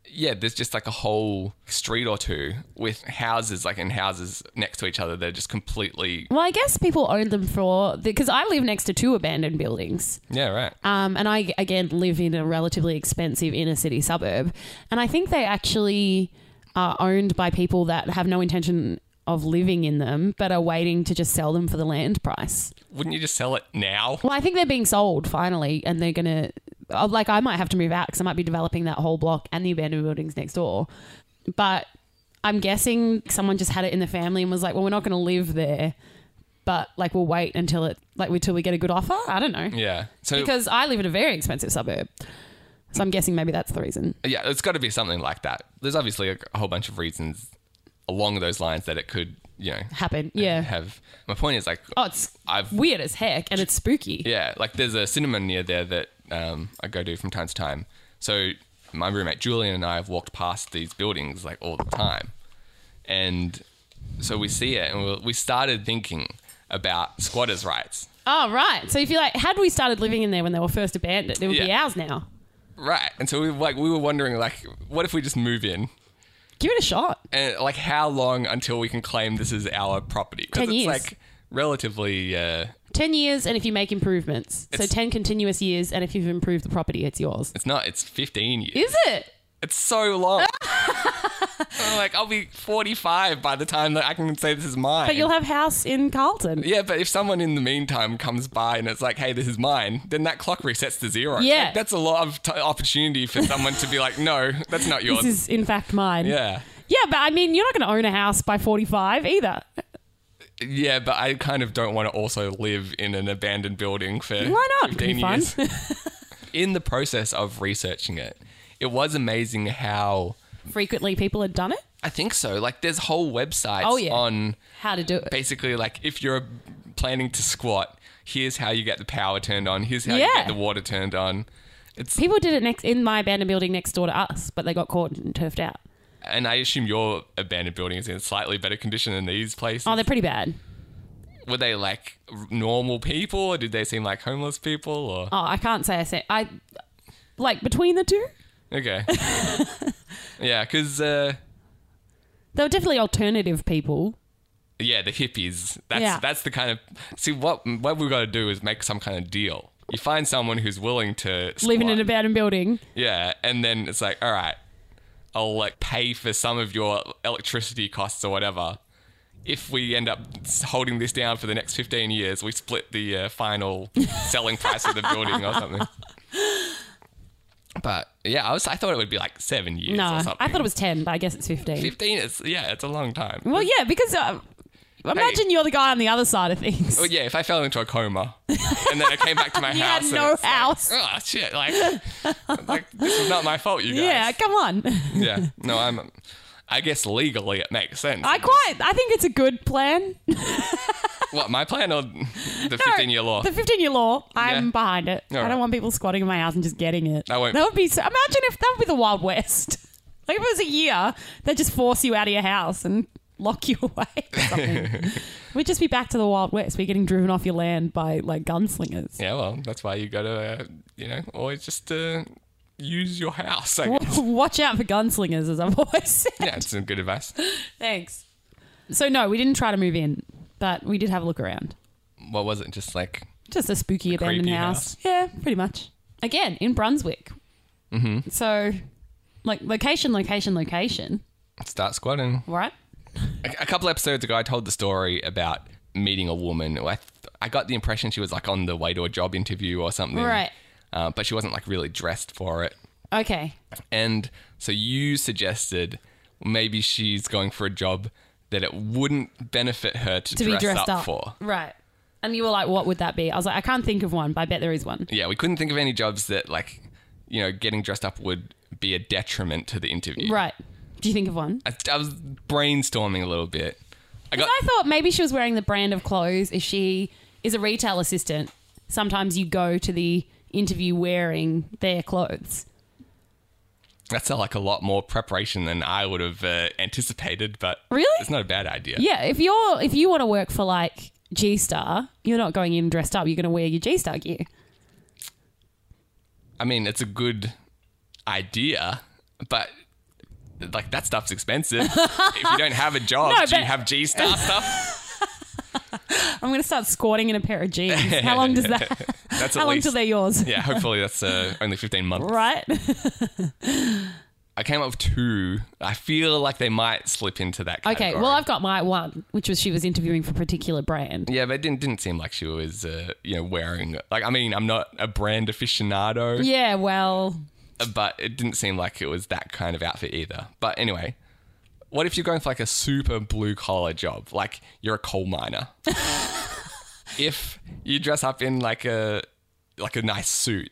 yeah, there's just like a whole street or two with houses, like in houses next to each other. They're just completely. Well, I guess people own them for because I live next to two abandoned buildings. Yeah, right. Um, and I, again, live in a relatively expensive inner city suburb. And I think they actually are owned by people that have no intention of living in them, but are waiting to just sell them for the land price. Wouldn't you just sell it now? Well, I think they're being sold finally, and they're going to. Like, I might have to move out because I might be developing that whole block and the abandoned buildings next door. But I'm guessing someone just had it in the family and was like, well, we're not going to live there. But like we'll wait until it like until we get a good offer. I don't know Yeah. So because I live in a very expensive suburb. So I'm guessing maybe that's the reason. yeah, it's got to be something like that. There's obviously a, a whole bunch of reasons along those lines that it could, you know, Happen, yeah. Have my point is like, Oh, it's I've weird as heck and it's spooky. Yeah, like there's a cinema near there that um, I go to from time to time. So my roommate Julian and I have walked past these buildings like all the time, and so we see it, and we- we started thinking about squatters' rights. Oh, right. So if you like, had we started living in there when they were first abandoned, it would be Yeah. ours now. Right, and so we like we were wondering like, what if we just move in, Give it a shot. and like how long until we can claim this is our property? 'Cause 10 years. It's like relatively. Uh, 10 years, and if you make improvements. so It's- 10 continuous years, and if you've improved the property, it's yours. it's not. It's 15 years. Is it? It's so long. I'm like, I'll be 45 by the time that I can say this is mine. But you'll have house in Carlton. yeah, but if someone in the meantime comes by and it's like, hey, this is mine, then that clock resets to zero. Yeah. Like, that's a lot of t- opportunity for someone to be like, no, that's not yours. This is, in fact, mine. yeah. Yeah, but I mean, you're not going to own a house by 45 either. Yeah, but I kind of don't want to also live in an abandoned building for Why not? Could 15 be fun. years. in the process of researching it, it was amazing how. Frequently, people had done it. I think so. Like, there's whole websites Oh, yeah. on How to do it. basically like if you're planning to squat, here's how you get the power turned on. Here's how you Yeah. get the water turned on. It's People did it next in my abandoned building next door to us, but they got caught and turfed out. and I assume your abandoned building is in slightly better condition than these places. Oh, they're pretty bad. Were they like r- normal people, or did they seem like homeless people? Or Oh, I can't say I say I like between the two. okay, yeah, because uh, They were definitely alternative people. yeah, the hippies. That's Yeah. that's the kind of see what what we've got to do is make some kind of deal. You find someone who's willing to Living in squat. an abandoned building. Yeah, and then it's like, all right, I'll like pay for some of your electricity costs or whatever. If we end up s- holding this down for the next 15 years, we split the uh, final selling price of the building or something. But yeah, I was I thought it would be like seven years No, or something. I thought it was ten, but I guess it's fifteen. 15 is yeah, it's a long time. Well, yeah, because uh, Imagine you're the guy on the other side of things. Well, yeah, if I fell into a coma and then I came back to my You had house, and no it's like, house. oh shit! Like, like this is not my fault, you guys. yeah, come on. yeah. No, I'm. I guess legally it makes sense. I quite. I think it's a good plan. what my plan or the fifteen-year law? The 15 year law. I'm Yeah. behind it. All I don't right. want people squatting in my house and just getting it. I won't. That would be. So, imagine if that would be the Wild West. Like if it was a year, they'd just force you out of your house and lock you away. Or something. We'd just be back to the Wild West. We're getting driven off your land by like gunslingers. yeah, well, that's why you gotta, uh, you know, always just uh, use your house. I guess. Watch out for gunslingers, as I've always said. yeah, it's some good advice. Thanks. So no, we didn't try to move in, but we did have a look around. What was it? Just like Just a spooky abandoned creepy house. house. Yeah, pretty much. Again, in Brunswick. Mm-hmm. So, like, location, location, location, start squatting. right? A, a couple episodes ago, I told the story about meeting a woman. who I th- I got the impression she was like on the way to a job interview or something. Right. Uh, but she wasn't like really dressed for it. Okay. And so you suggested maybe she's going for a job that it wouldn't benefit her to, To dress be dressed up, up. for. Right. And you were like, what would that be? I was like, I can't think of one, but I bet there is one. Yeah, we couldn't think of any jobs that like, you know, getting dressed up would be a detriment to the interview. Right. Do you think of one? I, I was brainstorming a little bit. I got I thought maybe she was wearing the brand of clothes. If she is a retail assistant, sometimes you go to the interview wearing their clothes. that's uh, like a lot more preparation than I would have uh, anticipated, but Really? it's not a bad idea. Yeah, if you're if you want to work for like G Star, you're not going in dressed up. You're going to wear your G Star gear. I mean, it's a good idea, but like that stuff's expensive. if you don't have a job, No, do you but- have G Star stuff? I'm going to start squatting in a pair of jeans. How long does that? That's at how long least- till they're yours? Yeah, hopefully that's uh, only 15 months. Right. I came up with two. I feel like they might slip into that Okay. category. Well, I've got my one, which was she was interviewing for a particular brand. yeah, but it didn't, didn't seem like she was, uh, you know, wearing. Like, I mean, I'm not a brand aficionado, Yeah. Well, but it didn't seem like it was that kind of outfit either. But anyway, what if you're going for like a super blue collar job? Like, you're a coal miner. if you dress up in like a like a nice suit,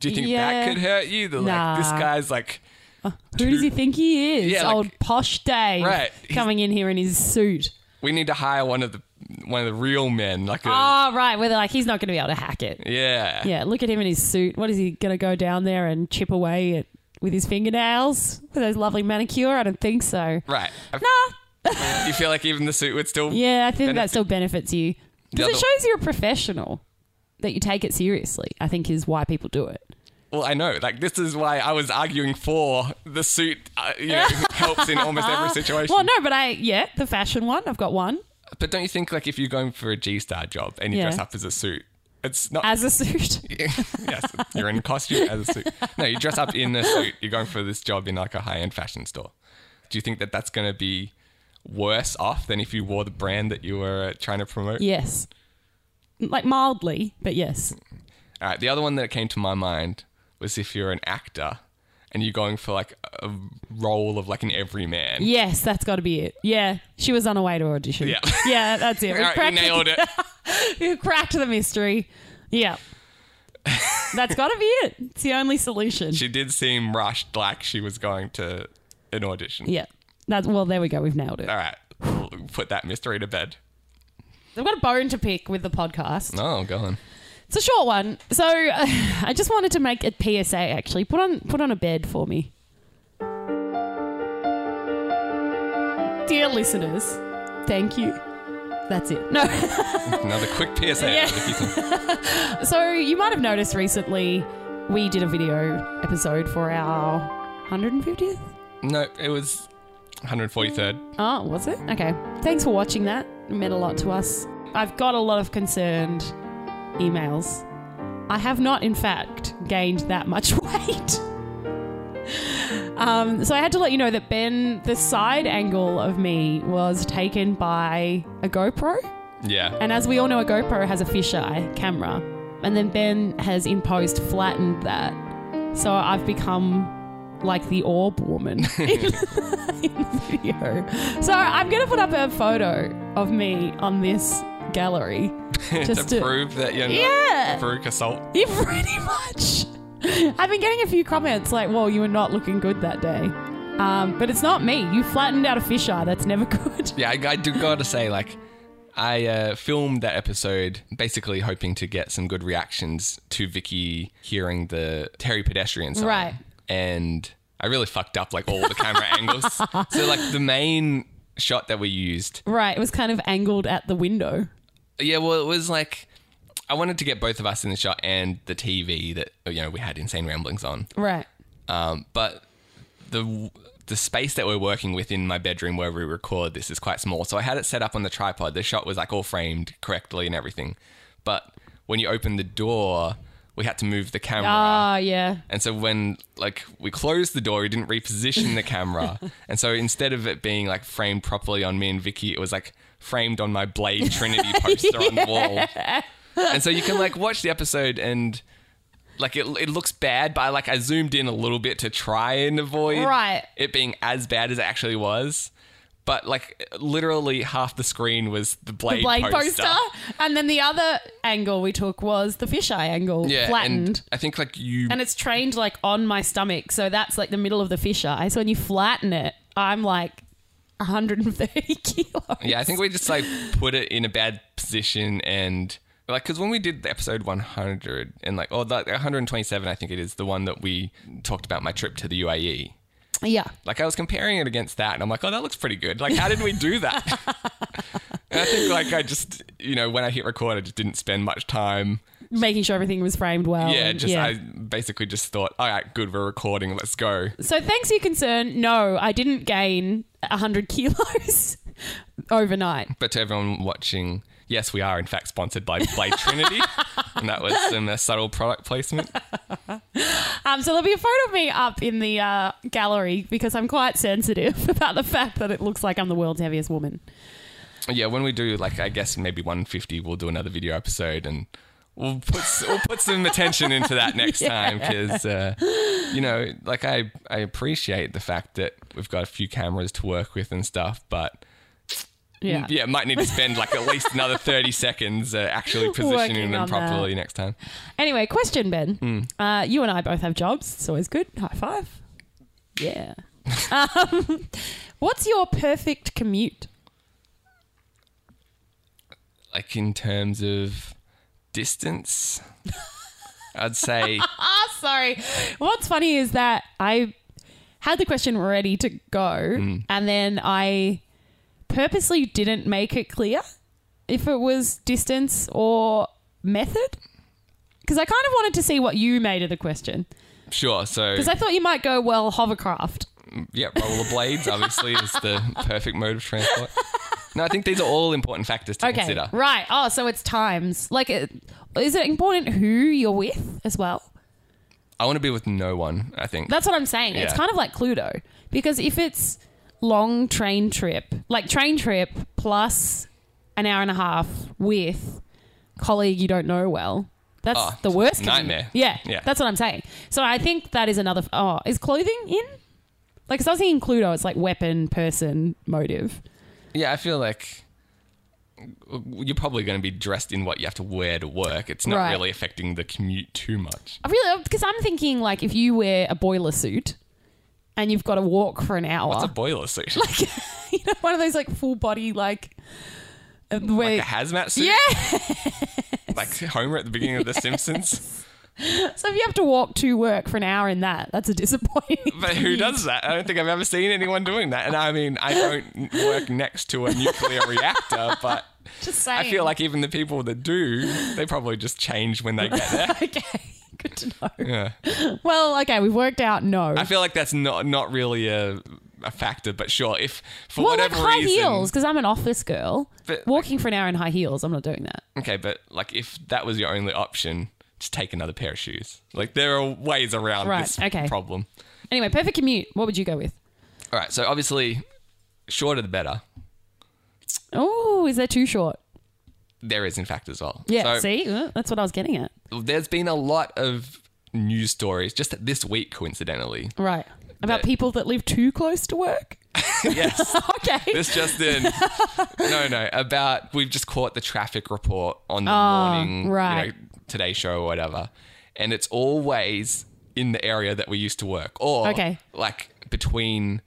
do you think Yeah. that could hurt you? The, Nah. Like, this guy's like. who does he think he is? Yeah, like- Old posh Dave Right. He's- coming in here in his suit. We need to hire one of the one of the real men, like a Oh, right. Where they're like, he's not going to be able to hack it. yeah. Yeah, look at him in his suit. What is he going to go down there and chip away at with his fingernails with those lovely manicure? I don't think so. Right. Nah. You feel like even the suit would still Yeah, I think that Benefit- still benefits you because The it other- shows you're a professional that you take it seriously. I think is why people do it. Well, I know. Like this is why I was arguing for the suit. Uh, you know, helps in almost every situation. Well, no, but I yeah, the fashion one. I've got one But don't you think like if you're going for a G star job and you Yeah. dress up as a suit, it's not. as a suit. yes, you're in costume as a suit. No, you dress up in a suit. You're going for this job in like a high end fashion store. Do you think that that's going to be worse off than if you wore the brand that you were uh, trying to promote? Yes, like mildly, but yes. All right. The other one that came to my mind was if you're an actor and you're going for like a role of like an everyman. Yes, that's got to be it. Yeah, she was on her way to audition. Yeah. yeah, that's it. We All right, we cracked the- nailed it. You cracked the mystery. Yeah. That's got to be it. It's the only solution. She did seem rushed, like she was going to an audition. yeah. That's well, there we go. We've nailed it. All right, we'll put that mystery to bed. I've got a bone to pick with the podcast. Oh, go on. It's a short one. So uh, I just wanted to make a PSA actually. Put on put on a bed for me. Dear listeners, thank you. That's it. No. Another quick PSA. Yeah. if you can- So you might have noticed recently we did a video episode for our 150th No, it was 143rd. Oh, was it? Okay. Thanks for watching that. It meant a lot to us. I've got a lot of concerned emails. I have not, in fact, gained that much weight. Um, so I had to let you know that Ben, the side angle of me was taken by a GoPro. Yeah. And as we all know, a GoPro has a fisheye camera. And then Ben has in post flattened that. So I've become like the orb woman in, in the video. So I'm going to put up a photo of me on this gallery. Just to prove that you're Yeah. not Veruca Salt. Yeah, pretty much. I've been getting a few comments like, well, you were not looking good that day. Um, but it's not me. You flattened out a fisheye. That's never good. Yeah, I, I do gotta say, like, I uh, filmed that episode basically hoping to get some good reactions to Vicky hearing the Terry pedestrian song. Right. And I really fucked up, like, all the camera angles. So, like, the main shot that we used, Right. It was kind of angled at the window. yeah, well, it was like, I wanted to get both of us in the shot and the TV that, you know, we had Insane Ramblings on. Right. Um, but the the space that we're working with in my bedroom where we record this is quite small. So I had it set up on the tripod. The shot was like all framed correctly and everything. But when you open the door, we had to move the camera. Ah, yeah. And so when like we closed the door, we didn't reposition the camera. and so instead of it being like framed properly on me and Vicky, it was like framed on my Blade Trinity poster on the wall. And so you can like watch the episode and like it, it looks bad, but I, like I zoomed in a little bit to try and avoid Right. it being as bad as it actually was. But like literally half the screen was the Blade, The blade poster. And then the other angle we took was the fisheye angle, Yeah, flattened. and I think like you and it's trained like on my stomach. So that's like the middle of the fisheye. So when you flatten it, I'm like 130 kilos. Yeah, I think we just like put it in a bad position and like because when we did the episode 100 and like oh the 127 I think it is the one that we talked about my trip to the UAE. Yeah. Like I was comparing it against that and I'm like oh that looks pretty good. Like how did we do that? and I think like I just you know when I hit record I just didn't spend much time. Making sure everything was framed well. Yeah, and- just I basically just thought all right good we're recording let's go. So thanks for your concern. No, I didn't gain 100 kilos overnight. But to everyone watching, yes, we are in fact sponsored by Blade Trinity, and that was some uh, subtle product placement. Um, so there'll be a photo of me up in the uh, gallery because I'm quite sensitive about the fact that it looks like I'm the world's heaviest woman. Yeah, when we do like I guess maybe 150, we'll do another video episode and we'll put s- we'll put some attention into that next time 'cause time because uh, you know like I I appreciate the fact that we've got a few cameras to work with and stuff, but Yeah. Mm, yeah, might need to spend like at least another 30 seconds uh, actually Working positioning them on properly next time. Anyway, question, Ben. Uh, you and I both have jobs. It's always good. High five. Yeah. um, what's your perfect commute? Like in terms of distance, I'd say Ah, sorry. What's funny is that I had the question ready to go, and then I purposely didn't make it clear if it was distance or method. Because I kind of wanted to see what you made of the question. sure. So Because I thought you might go, well, hovercraft. Yeah, rollerblades obviously is the perfect mode of transport. No, I think these are all important factors to Okay. consider. Right. Oh, so it's times. Like, it, is it important who you're with as well? I want to be with no one, I think. That's what I'm saying. It's Yeah. kind of like Cluedo because if it's long train trip, like train trip plus an hour and a half with colleague you don't know well, that's Oh, the worst commute. nightmare. Yeah, Yeah. That's what I'm saying. So I think that is another. Oh, is clothing in? Like, 'cause I was thinking Cluedo. It's like weapon, person, motive. yeah, I feel like you're probably going to be dressed in what you have to wear to work. It's not Right. really affecting the commute too much. I really because I'm thinking like if you wear a boiler suit and you've got to walk for an hour, It's a boiler suit. you know, one of those like full body like uh, a where hazmat suit? yeah. Like Homer at the beginning of The Simpsons? So if you have to walk to work for an hour in that, that's a disappointing. But who does that? I don't think I've ever seen anyone doing that. And I mean, I don't work next to a nuclear reactor, but Just saying. I feel like even the people that do, they probably just change when they get there. okay, good to know. Yeah. Well, okay, we've worked out no. I feel like that's not not really a a factor, but sure, if for well, like whatever high reason, heels because I'm an office girl. But- Walking for an hour in high heels, I'm not doing that. okay, but like if that was your only option, just take another pair of shoes. Like there are ways around Right, this okay. problem. Anyway, perfect commute. What would you go with? All right, so obviously, shorter the better. Oh, is that too short? There is, in fact, as well. Yeah. So see, Uh, that's what I was getting at. there's been a lot of news stories just this week, coincidentally, Right. About Yeah. people that live too close to work? yes. Okay. This just in. no, no. About we've just caught the traffic report on the Oh, morning you right. know, Today Show or whatever, and it's always in the area that we used to work, or Okay. like between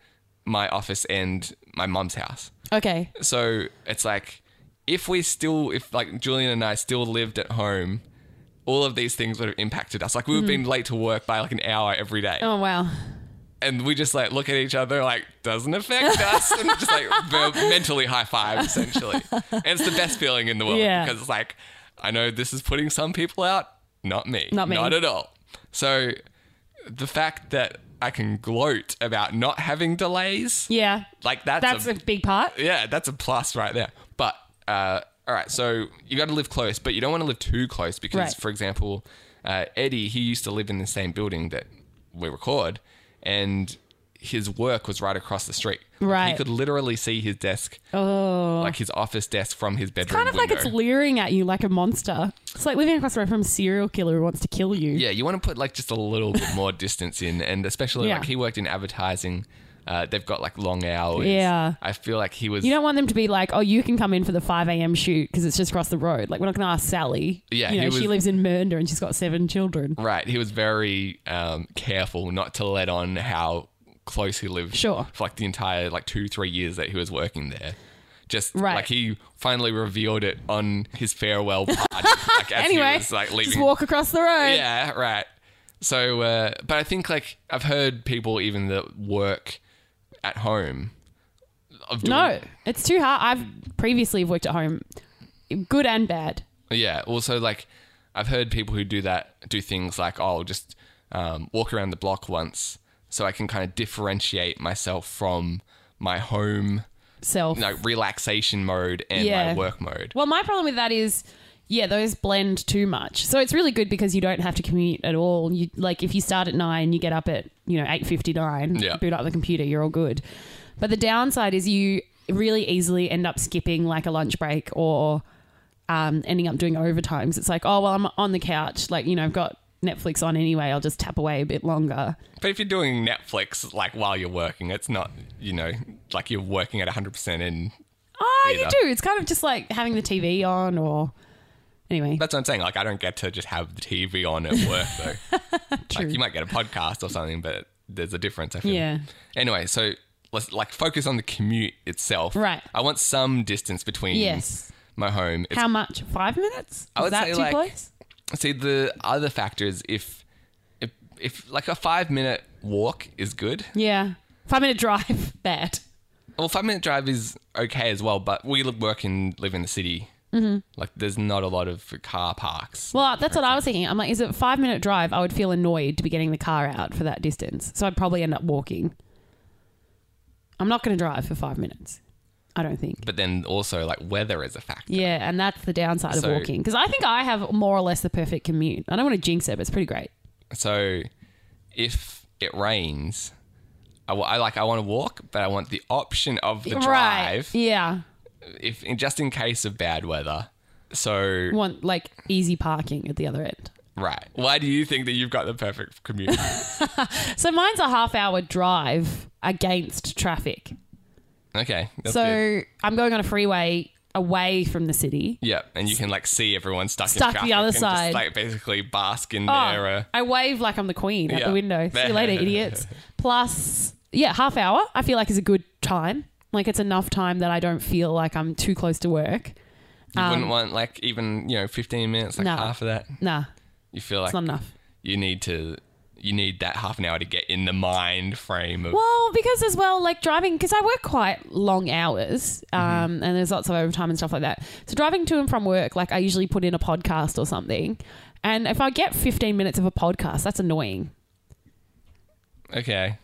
my office and my mum's house. okay. So it's like if we still, if like Julian and I still lived at home. All of these things would have impacted us. Like we've Hmm. been late to work by like an hour every day Oh, wow. and we just like look at each other like doesn't affect us and just like ver- mentally high five essentially and it's the best feeling in the world Yeah. because it's like i know this is putting some people out not me Not me. not at all so the fact that i can gloat about not having delays Yeah. like that's, That's a big part. yeah, that's a plus right there. But uh, all right, so you got to live close, but you don't want to live too close because, Right. for example, uh, Eddie he used to live in the same building that we record, and his work was right across the street. Like, Right. you could literally see his desk, Oh. like his office desk, from his bedroom kind of window. like it's leering at you like a monster. It's like living across the road from a serial killer who wants to kill you. yeah, you want to put like just a little bit more distance in, and especially Yeah. like he worked in advertising. Uh, they've got like long hours. Yeah. I feel like he was. You don't want them to be like, oh, you can come in for the 5 a.m. shoot because it's just across the road. Like, we're not going to ask Sally. Yeah, You know, he she was- lives in Mernda and she's got seven children. Right. He was very um, careful not to let on how close he lived. Sure. For like the entire like two three years that he was working there. Just Right. like he finally revealed it on his farewell party. like, as anyway, he was, like leaving. just walk across the road. yeah. Right. So, uh, but I think like I've heard people even that work at home. Of doing, No, it's too hard. I've previously worked at home, good and bad. Yeah. Also, like, I've heard people who do that do things like, oh, I'll just um, walk around the block once so I can kind of differentiate myself from my home, Self. like, relaxation mode and Yeah. my work mode. Well, my problem with that is, yeah, those blend too much. So it's really good because you don't have to commute at all. You like if you start at nine, you get up at you know eight fifty nine, Yeah. boot up the computer, you're all good. But the downside is you really easily end up skipping like a lunch break or um, ending up doing overtimes. It's like, oh well, I'm on the couch, like you know, I've got Netflix on anyway. I'll just tap away a bit longer. But if you're doing Netflix, like, while you're working, it's not, you know, like you're working at 100% and Oh, you Either. do. It's kind of just like having the TV on or anyway. that's what I'm saying. Like, I don't get to just have the TV on at work, though. True. Like, you might get a podcast or something, but there's a difference, I feel. Hmm. yeah. Anyway, so let's like focus on the commute itself. Right. I want some distance between Yes. my home. It's, How much? Five minutes? Is I would that say, too like- close? see the other factor is if if if like a five minute walk is good. Yeah. Five minute drive, bad. Well, five minute drive is okay as well, but we live- work and live in the city. Mm-hmm. Like there's not a lot of car parks. Well, that's what I was thinking. I'm like, is it a five minute drive? I would feel annoyed to be getting the car out for that distance. So I'd probably end up walking. I'm not going to drive for five minutes. I don't think. but then also like weather is a factor. Yeah, and that's the downside So- of walking. Because I think I have more or less the perfect commute. I don't want to jinx it, but it's pretty great. So if it rains, I wa- I like I want to walk, but I want the option of the drive. Right. Yeah. if in, just in case of bad weather. So Want like easy parking at the other end. right, why do you think that you've got the perfect commute? So mine's a half hour drive against traffic. okay, that's so good. I'm going on a freeway away from the city. yeah, and you can like see everyone stuck, Stuck in the traffic other and just, side. like basically bask in Oh, their. Uh, I wave like I'm the queen at Yeah. the window. See you later, idiots. Plus, yeah, half hour I feel like is a good time. Like it's enough time that I don't feel like I'm too close to work. you wouldn't want like even you know fifteen minutes, like um, No. half of that. Nah, You feel like it's not enough. you need to. You need that half an hour to get in the mind frame of. Well, because as well, like driving, because I work quite long hours, um, Mm-hmm. and there's lots of overtime and stuff like that. So driving to and from work, like I usually put in a podcast or something, and if I get 15 minutes of a podcast, that's annoying. Okay,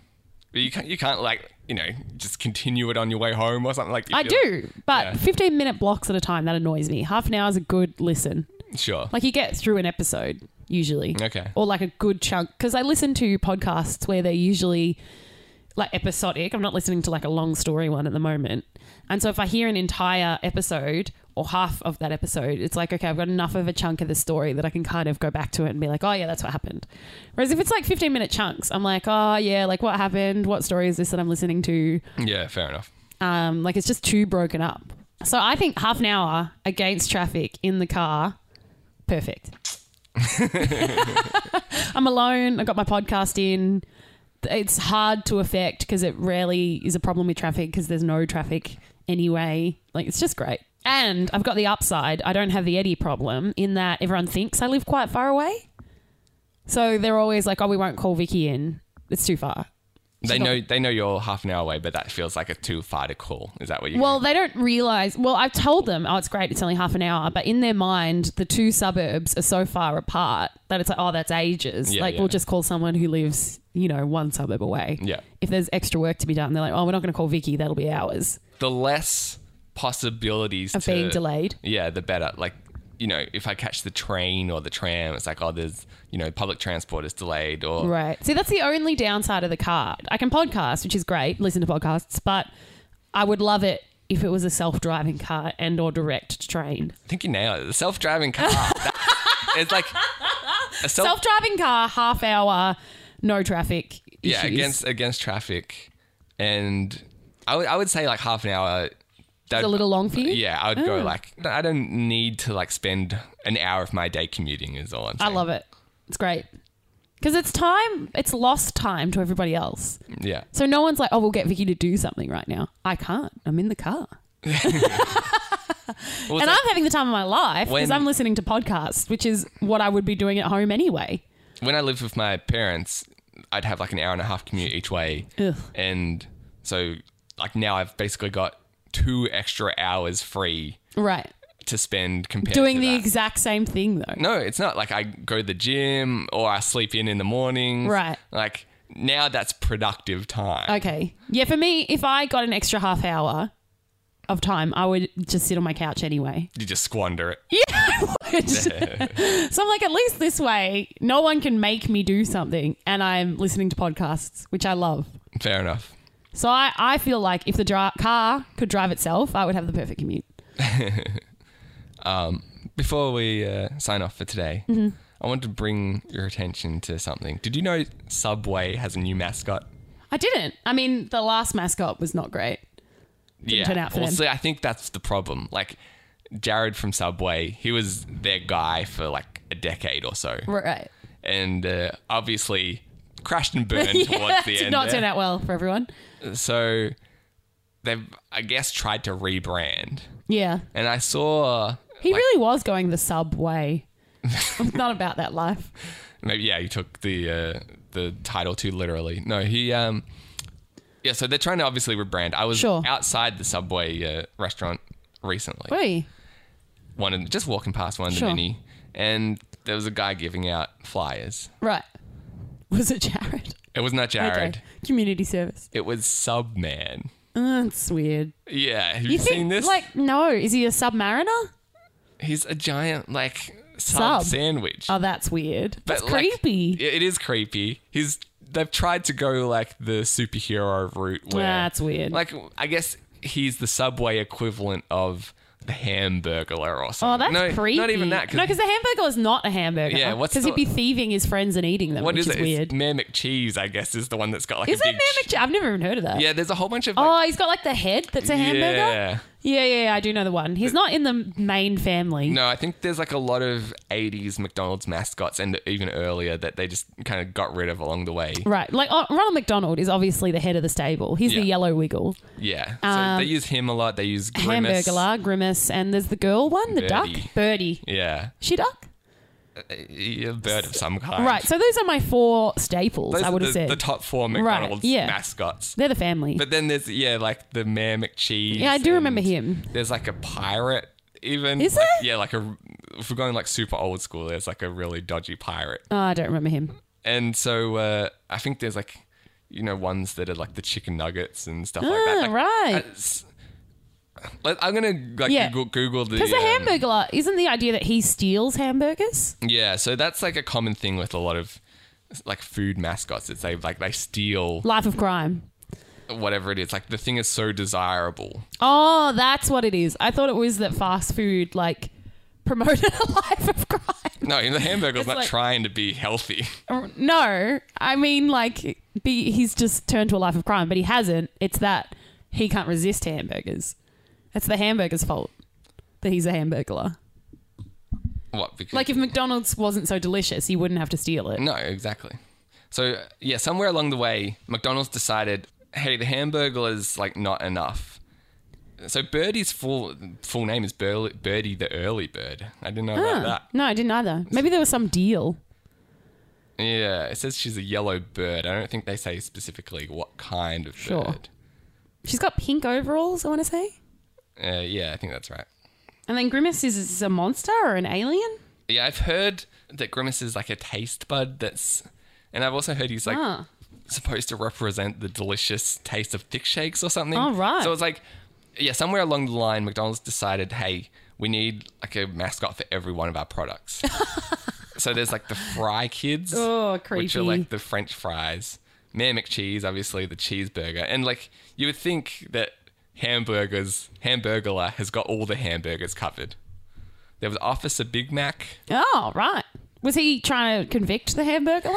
but you can't. You can't like you know just continue it on your way home or something like. you I feel- do, but Yeah. 15 minute blocks at a time that annoys me. Half an hour is a good listen. Sure. Like you get through an episode usually. Okay. Or like a good chunk because I listen to podcasts where they're usually like episodic. I'm not listening to like a long story one at the moment. And so if I hear an entire episode or half of that episode, it's like, okay, I've got enough of a chunk of the story that I can kind of go back to it and be like, oh, yeah, that's what happened. Whereas if it's like 15 minute chunks, I'm like, oh, yeah, like what happened? What story is this that I'm listening to? Yeah, fair enough. Um, like it's just too broken up. So I think half an hour against traffic in the car, perfect. I'm alone. I got my podcast in. It's hard to affect because it rarely is a problem with traffic because there's no traffic anyway. Like it's just great. And I've got the upside. I don't have the Eddie problem in that everyone thinks I live quite far away. So they're always like, "Oh, we won't call Vicky in. It's too far." They know they know you're half an hour away, but that feels like a too far to call. Is that what you? Well, they don't realize. Well, I've told them, oh, it's great, it's only half an hour. But in their mind, the two suburbs are so far apart that it's like, oh, that's ages. Yeah, like, yeah. we'll just call someone who lives, you know, one suburb away. Yeah. If there's extra work to be done, they're like, oh, we're not going to call Vicky, that'll be hours the less possibilities of to- being delayed. Yeah, the better. Like, you know, if I catch the train or the tram, it's like, oh, there's, you know, public transport is delayed or. Right. See, that's the only downside of the car. I can podcast, which is great, listen to podcasts, but I would love it if it was a self-driving car and or direct train. I think you nailed it. The self driving car. That- it's like. A self, Self-driving car, half hour, no traffic. Yeah, issues. against against traffic. And I would I would say like half an hour. That's a little long for you? Oh. Yeah, I would go like, I don't need to like spend an hour of my day commuting, is all I'm I saying. love it. It's great. Because it's time, it's lost time to everybody else. Yeah. So no one's like, oh, we'll get Vicky to do something right now. I can't. I'm in the car. Well, it's and like- I'm having the time of my life because When- I'm listening to podcasts, which is what I would be doing at home anyway. when I lived with my parents, I'd have like an hour and a half commute each way. Ugh. And so, like, now I've basically got two extra hours free Right. to spend compared doing to the that. exact same thing, though. No, it's not like I go to the gym or I sleep in in the morning. Right. Like, now that's productive time. Okay. Yeah, for me, if I got an extra half hour of time, I would just sit on my couch anyway. You just squander it. Yeah, I would. so I'm like, at least this way, no one can make me do something. And I'm listening to podcasts, which I love. Fair enougf So I, I feel like if the dri- car could drive itself, I would have the perfect commute. Before we uh, sign off for today, Mm-hmm. I want to bring your attention to something. Did you know Subway has a new mascot? I didn't. I mean, the last mascot was not great. yeah. turn out for well, them. see, I think that's the problem. Like Jared from Subway, he was their guy for like a decade or so, Right. and uh, obviously crashed and burned yeah, towards the did end. not there. turn out well for everyone. So they've, I guess, tried to rebrand. Yeah. And I saw He really was going the subway. I'm not about that life. maybe yeah, he took the uh, the title too literally. No, he um yeah. So they're trying to obviously rebrand. I was Sure. outside the Subway uh, restaurant recently. Wait. one of just walking past one of Sure. the mini, and there was a guy giving out flyers. Right. Was it Jared? It was not Jared. Okay. Community service. It was Subman. Uh, That's weird. Yeah, have you, You seen think, this? like, no. Is he a submariner? he's a giant like sub, Sub. sandwich. Oh, that's weird. That's like, creepy. it- it is creepy. He's they've tried to go like the superhero route where That's weird. Like I guess he's the subway equivalent of the Hamburglar or oh, something. that's no, creepy. Not even that. No, because the hamburger is not a hamburger. Yeah, what's Because the- he'd be thieving his friends and eating them, what which is is, it? weird. It's Mammoth cheese, I guess, is the one that's got like Is a that big. sh- hamburger? I've never even heard of that. yeah, there's a whole bunch of. like, Oh, he's got like the head that's a hamburger? Yeah. yeah, yeah, yeah, I do know the one. He's not in the main family. No, I think there's like a lot of 80s McDonald's mascots and even earlier that they just kind of got rid of along the way. Right. Like oh, Ronald McDonald is obviously the head of the stable. He's Yeah. the yellow wiggle. Yeah. So they use him a lot. They use Grimace. Um, Hamburglar, Grimace, and there's the girl one, the Birdie. duck, Birdie. Yeah. She duck? A bird of some kind. Right. So those are my four staples, Those I are would the, have said. the top four McDonald's yeah. mascots. They're the family. But then there's, yeah, like the Mayor McCheese. yeah, I do remember and him. There's like a pirate, even. Is like, there? Yeah, like a. If we're going like super old school, there's like a really dodgy pirate. Oh, I don't remember him. And so uh, I think there's like, you know, ones that are like the chicken nuggets and stuff like that. Ah, Like, right. that's- Like, I'm gonna like Yeah. Google, Google the, Because um, the hamburglar, isn't the idea that he steals hamburgers? Yeah, so that's like a common thing with a lot of like food mascots. It's they like they steal. Life of crime. whatever it is. Like the thing is so desirable. Oh, that's what it is. I thought it was that fast food like promoted a life of crime. No, the hamburger's It's not like- trying to be healthy. No, I mean like be, he's just turned to a life of crime, but he hasn't. It's that he can't resist hamburgers. It's the hamburger's fault that he's a hamburglar. What? Because Like if McDonald's wasn't so delicious, he wouldn't have to steal it. No, exactly. So yeah, somewhere along the way, McDonald's decided, hey, the hamburger is like not enough. So Birdie's full full name is Burl Birdie the Early Bird. I didn't know Huh. about that. No, I didn't either. Maybe there was some deal. Yeah, it says she's a yellow bird. I don't think they say specifically what kind of Sure. bird. She's got pink overalls, I want to say. Uh, yeah, I think that's right. And then Grimace is, is a monster or an alien? Yeah, I've heard that Grimace is like a taste bud. That's, and I've also heard he's like Huh. supposed to represent the delicious taste of thick shakes or something. Oh, right. So it's like, yeah, somewhere along the line, McDonald's decided, hey, we need like a mascot for every one of our products. so there's like the Fry Kids, Oh, which creepy. are like the French fries, Mayor McCheese, obviously the cheeseburger, and like you would think that hamburgers, Hamburglar has got all the hamburgers covered. There was Officer Big Mac. Oh, right. Was he trying to convict the hamburglar?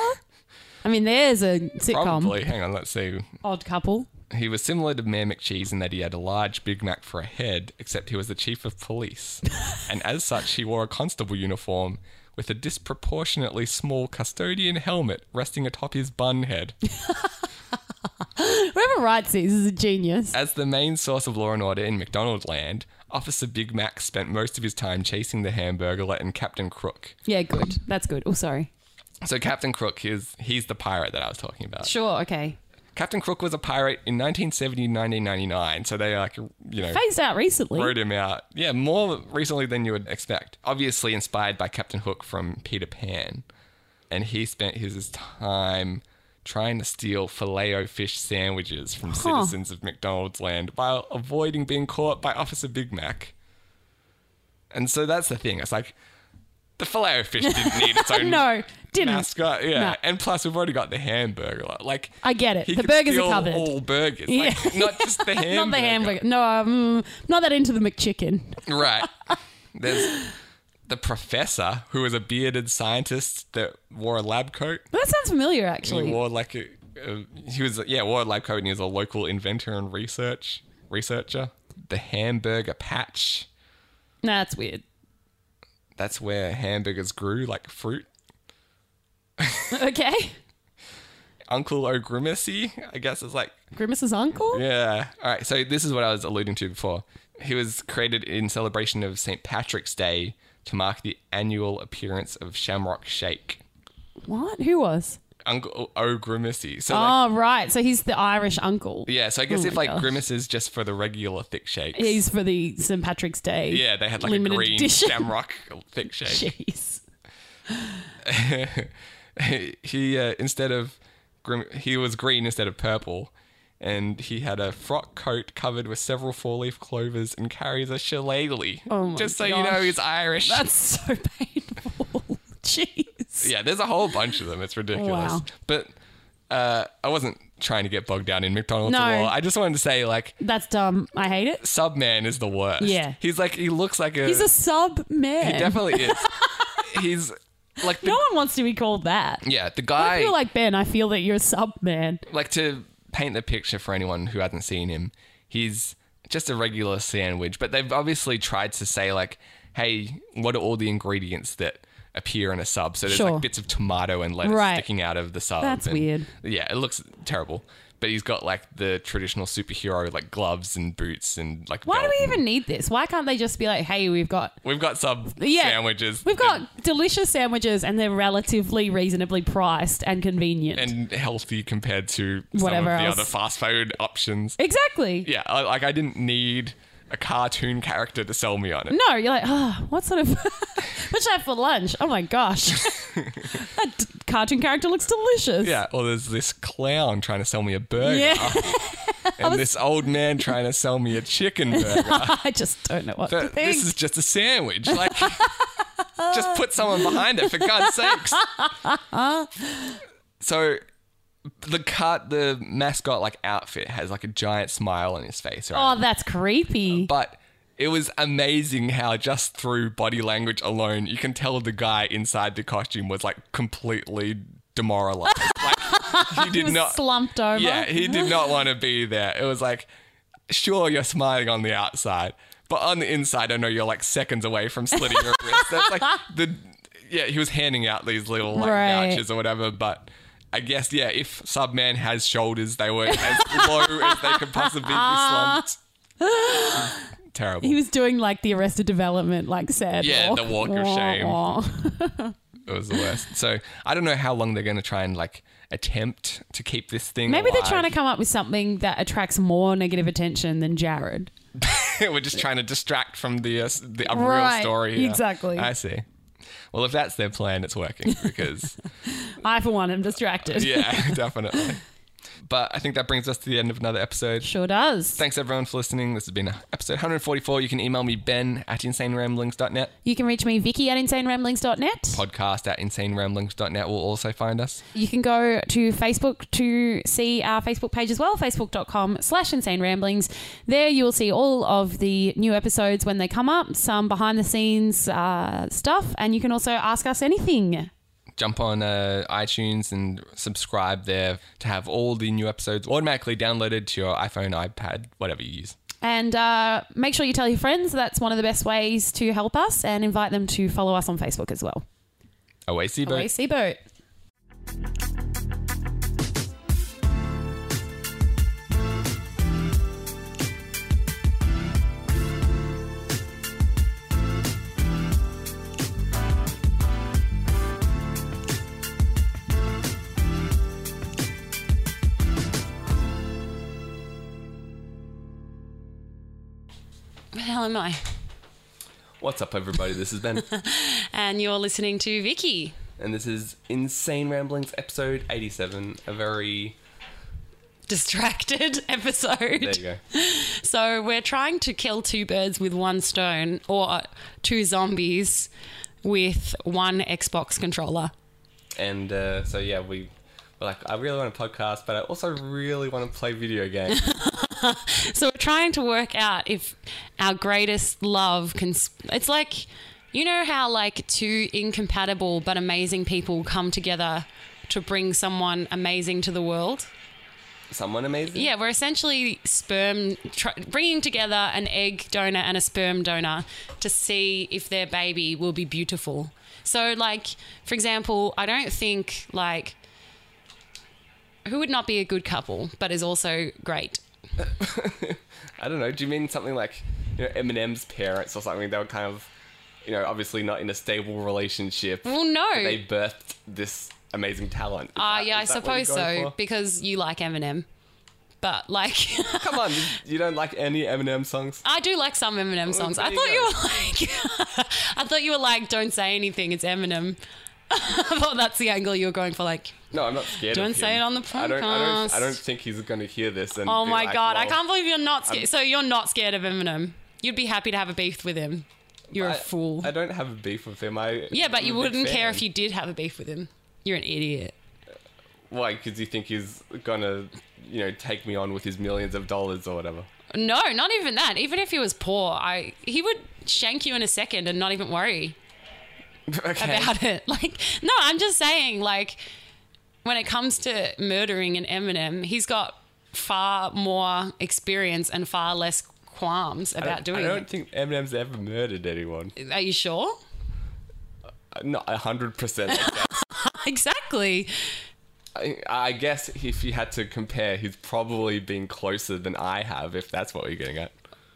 I mean, there's a sitcom. Probably. Hang on, let's see. Odd couple. He was similar to Mayor McCheese in that he had a large Big Mac for a head, except he was the chief of police. and as such, he wore a constable uniform with a disproportionately small custodian helmet resting atop his bun head. Whoever writes these is a genius. As the main source of law and order in McDonald land, Officer Big Mac spent most of his time chasing the hamburger and Captain Crook. Yeah, good. That's good. Oh, sorry. So Captain Crook is he's the pirate that I was talking about. Sure, okay. Captain Crook was a pirate in 1970 1999, so they like you know Phased out recently. wrote him out. Yeah, more recently than you would expect. Obviously inspired by Captain Hook from Peter Pan. And he spent his time trying to steal filet fish sandwiches from citizens of McDonald's land while avoiding being caught by Officer Big Mac. And so that's the thing. It's like the filet fish didn't need its own Uh, No, didn't. mascot. Yeah. No. And plus we've already got the hamburger. Like I get it. he The could burgers are steal covered. All burgers. Yeah. Like, not just the hamburger. Not the hamburger. No, I'm not that into the McChicken. Right. There's the professor who was a bearded scientist that wore a lab coat. That sounds familiar, He actually. wore like a, a he was yeah wore a lab coat and he was a local inventor and research researcher. The hamburger patch. Nah, that's weird. That's where hamburgers grew like fruit. Okay. Uncle O'Grimacy, I guess it's like Grimace's uncle? Yeah. All right. So this is what I was alluding to before. He was created in celebration of St. Patrick's Day to mark the annual appearance of Shamrock Shake. What? Who was? Uncle O'Grimacy. oh, So like, Oh, right. So he's the Irish uncle. yeah, so I guess Oh if my like gosh. Grimace is just for the regular thick shakes. He's for the St. Patrick's Day. yeah, they had like a limited green edition. shamrock thick shake. Jeez. he uh, instead of grim- he was green instead of purple, and he had a frock coat covered with several four-leaf clovers and carries a shillelagh. Oh my just so you know, gosh. he's Irish. That's so painful. Jeez. yeah, there's a whole bunch of them. It's ridiculous. Wow. But uh, I wasn't trying to get bogged down in McDonald's No. law. I just wanted to say, like, That's dumb. I hate it. Subman is the worst. Yeah. he's like he looks like a. He's a sub man. he definitely is. he's like the, no one wants to be called that. yeah the I guy feel like Ben. I feel that you're a sub man. like to paint the picture for anyone who hasn't seen him, he's just a regular sandwich, but they've obviously tried to say like, hey, what are all the ingredients that appear in a sub? So there's Sure. like bits of tomato and lettuce Right. sticking out of the sub. That's and- weird. Yeah, it looks terrible. But he's got like the traditional superhero like gloves and boots and like. Why do belt. we even need this? Why can't they just be like, hey, we've got We've got sub yeah, sandwiches. We've got delicious sandwiches, and they're relatively reasonably priced and convenient. and healthy compared to Whatever some of the else. other fast food options. exactly. yeah, I, like I didn't need a cartoon character to sell me on it. No, you're like, oh, what sort of what should I have for lunch? Oh my gosh, that d- cartoon character looks delicious. Yeah, or there's this clown trying to sell me a burger, Yeah. and this old man trying to sell me a chicken burger. I just don't know what to But think. this is just a sandwich. Like, just put someone behind it for God's sakes. So, the cut the mascot like outfit has like a giant smile on his face, right? Oh, that's creepy. But it was amazing how just through body language alone, you can tell the guy inside the costume was like completely demoralized. like he did was not slumped over. Yeah, he did not want to be there. It was like, sure, you're smiling on the outside, but on the inside, I know you're like seconds away from slitting your wrist. That's like the yeah. He was handing out these little like Right. vouchers or whatever, but. I guess yeah. If Subman has shoulders, they were as low as they could possibly be slumped. Terrible. He was doing like the Arrested Development, like sad. Yeah, walk. the walk of shame. It was the worst. So I don't know how long they're going to try and like attempt to keep this thing. Maybe they're trying to come up with something that attracts more negative attention than Jared. We're just trying to distract from the uh, s- the real Right, story. here. exactly. I see. Well, if that's their plan, it's working because I, for one, am distracted. yeah, definitely. But I think that brings us to the end of another episode. Sure does. Thanks everyone for listening. This has been uh, episode 144. You can email me ben at insaneramblings.net, You can reach me, Vicky, at insaneramblings.net. podcast at insaneramblings.net will also find us. You can go to Facebook to see our Facebook page as well, facebook.com slash insane ramblings. There you will see all of the new episodes when they come up, some behind the scenes uh, stuff, and you can also ask us anything. jump on uh, iTunes and subscribe there to have all the new episodes automatically downloaded to your iPhone, iPad, whatever you use. And uh, make sure you tell your friends. That's one of the best ways to help us and invite them to follow us on Facebook as well. Away, Seaboat. Away, Seaboat. Where the hell am I? What's up, everybody? This is Ben, And you're listening to Vicky. and this is Insane Ramblings, episode 87. A very. Distracted episode. There you go. So we're trying to kill two birds with one stone or uh, two zombies with one Xbox controller. And uh, so, yeah, we. We're like, I really want a podcast, but I also really want to play video games. So we're trying to work out if our greatest love can s- it's like you know how like two incompatible but amazing people come together to bring someone amazing to the world? Someone amazing. Yeah, we're essentially sperm tr- bringing together an egg donor and a sperm donor to see if their baby will be beautiful. So, like, for example, I don't think like who would not be a good couple, but is also great. I don't know. Do you mean something like, you know, Eminem's parents or something? They were kind of, you know, obviously not in a stable relationship. Well, no. they birthed this amazing talent. Ah, yeah, I suppose so because you like Eminem, but like Come on, you- you don't like any Eminem songs? I do like some Eminem songs. I there thought you you go. were like, I thought you were like, don't say anything. It's Eminem. I thought that's the angle you were going for. Like, No, I'm not scared. of Don't him. say it on the I don't, I don't, I podcast. don't think he's going to hear this. And Oh be my like, god, I "Well, um, can't believe you're not scared. so you're not scared of Eminem. You'd be happy to have a beef with him. You're a I- fool. I don't have a beef with him. I yeah, but I'm you a big wouldn't care fan. if you did have a beef with him. You're an idiot. Why? Because you think he's gonna, you know, take me on with his millions of dollars or whatever. No, not even that. Even if he was poor, I he would shank you in a second and not even worry okay. about it. Like, no, I'm just saying like when it comes to murdering an Eminem, he's got far more experience and far less qualms I don't- about doing I don't it. think Eminem's ever murdered anyone. Uh, Are you sure? Not hundred percent. Exactly. I I guess if you had to compare, he's probably been closer than I have. If that's what you're getting at.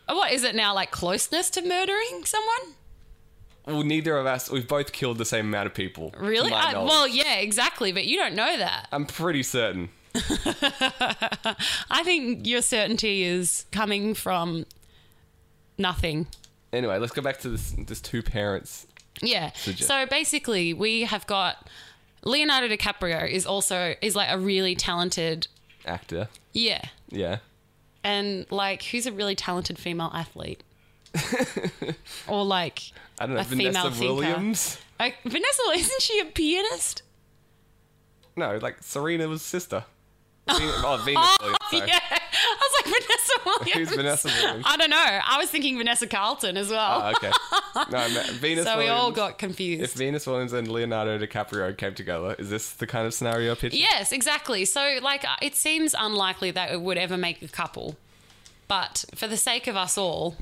Oh, What is it now? Like closeness to murdering someone? Well, neither of us. We've both killed the same amount of people. to Really? my I- knowledge. well, yeah, exactly. But you don't know that. I'm pretty certain. I think your certainty is coming from nothing. Anyway, let's go back to this. This two parents. Yeah. Suggest- So basically, we have got Leonardo DiCaprio is also is like a really talented. Actor. Yeah. Yeah. And like, who's a really talented female athlete? or like, I don't know. A Vanessa female thinker. Williams. oh, Vanessa, isn't she a pianist? No, like Serena's sister. Venus, oh, Venus Williams. Sorry. Yeah, I was like Vanessa Williams. Who's Vanessa Williams? I don't know. I was thinking Vanessa Carlton as well. Oh, okay. No, I meant Venus so we Williams. all got If confused. Venus Williams and Leonardo DiCaprio came together, is this the kind of scenario you're pitching? yes, exactly. So like, uh, it seems unlikely that it would ever make a couple, but for the sake of us all,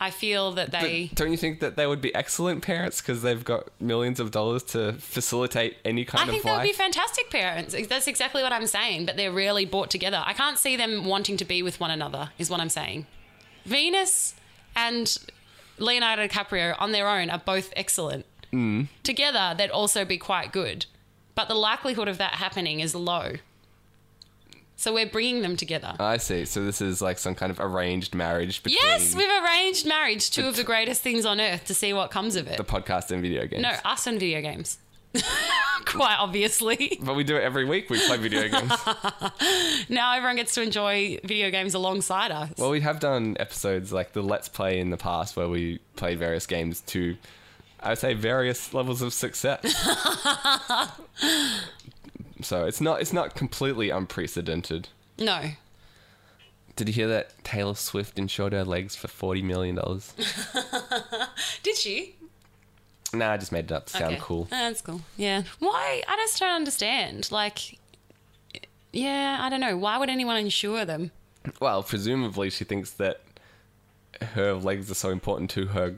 I feel that But they. don't you think that they would be excellent parents because they've got millions of dollars to facilitate any kind I think of they would be life? fantastic parents. That's exactly what I'm saying. But they're really brought together. I can't see them wanting to be with one another. Is what I'm saying. Venus and Leonardo DiCaprio on their own are both excellent. Mm. Together, they'd also be quite good. But the likelihood of that happening is low. So we're bringing them together. I see. So this is like some kind of arranged marriage between yes, we've arranged marriage, two of the greatest things on earth, to see what comes of it. the podcast and video games. No, us and video games. quite obviously. But we do it every week. We play video games. Now everyone gets to enjoy video games alongside us. well, we have done episodes like the Let's Play in the past where we play various games to, I would say, various levels of success. so it's not it's not completely unprecedented. no. Did you hear that Taylor Swift insured her legs for forty million dollars? Did she? nah, I just made it up to sound Okay. cool. Uh, that's cool. Yeah. Why? I just don't understand. Like, yeah, I don't know. Why would anyone insure them? Well, presumably she thinks that her legs are so important to her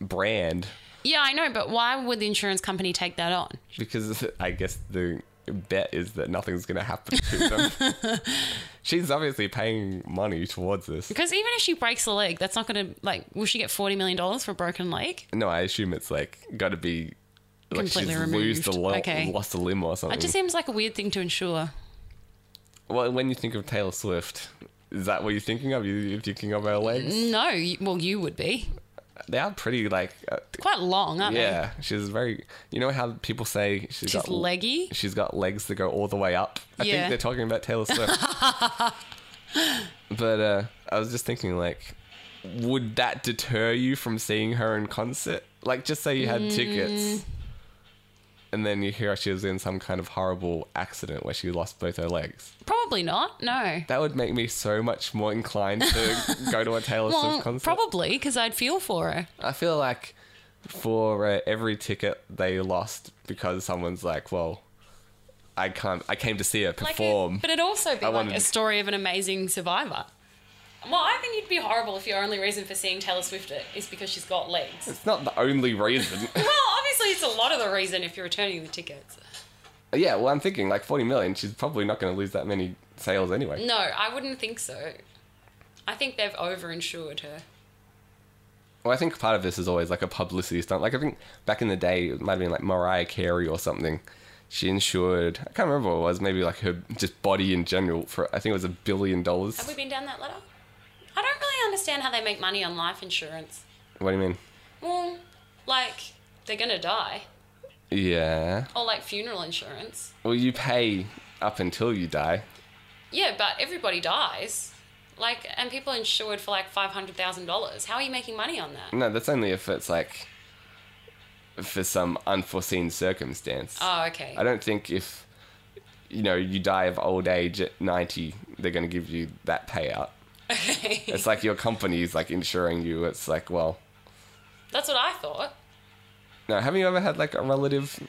brand Yeah, I know, but why would the insurance company take that on? because I guess the bet is that nothing's going to happen to them. She's obviously paying money towards this. Because even if she breaks a leg, that's not going to, like, will she get $40 million for a broken leg? No, I assume it's like got to be like Completely she's lose the removed. lo- Okay. lost a limb or something. It just seems like a weird thing to insure. well, when you think of Taylor Swift, is that what you're thinking of? You're thinking of her legs? No, you, well, you would be. They are pretty like uh, Quite long, aren't they? yeah. She's very. You know how people say she's She's got leggy. she's got legs that go all the way up. I Yeah. think they're talking about Taylor Swift. but uh, I was just thinking, like, would that deter you from seeing her in concert? Like, just say you had Mm. tickets, and then you hear she was in some kind of horrible accident where she lost both her legs. Probably not. No. That would make me so much more inclined to go to a Taylor Swift Well, concert. probably because I'd feel for her. I feel like for uh, every ticket they lost because someone's like, well, I can't. I came to see her Like perform. It, but it'd also be I like wanted- a story of an amazing survivor. Well, I think you'd be horrible if your only reason for seeing Taylor Swift is because she's got legs. it's not the only reason. Well, obviously, it's a lot of the reason if you're returning the tickets. yeah, well, I'm thinking like 40 million. She's probably not going to lose that many sales anyway. No, I wouldn't think so. I think they've overinsured her. Well, I think part of this is always like a publicity stunt. Like I think back in the day, it might have been like Mariah Carey or something. She insured. I can't remember what it was. Maybe like her just body in general for I think it was a billion dollars. Have we been down that ladder? I don't really understand how they make money on life insurance. What do you mean? Well, like, they're gonna die. Yeah. Or like funeral insurance. Well, you pay up until you die. Yeah, but everybody dies. Like, and people insured for like $500,000. How are you making money on that? No, that's only if it's like for some unforeseen circumstance. Oh, okay. I don't think if you know you die of old age at 90, they're going to give you that payout. Okay. It's like your company's like insuring you. It's like, well, That's what I thought. no, have you ever had like a relative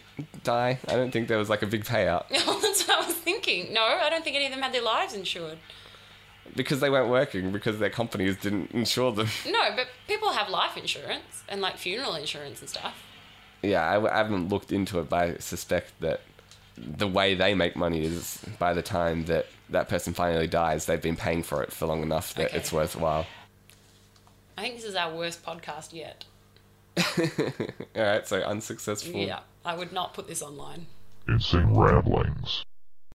die? I don't think there was like a big payout That's what I was thinking. No, I don't think any of them had their lives insured. because they weren't working because their companies didn't insure them. No, but people have life insurance and like funeral insurance and stuff. yeah, I, I haven't looked into it, but I suspect that the way they make money is by the time that that person finally dies, they've been paying for it for long enough that Okay. it's worthwhile. I think this is our worst podcast yet. All right, so unsuccessful. Yeah, I would not put this online. It's in ramblings.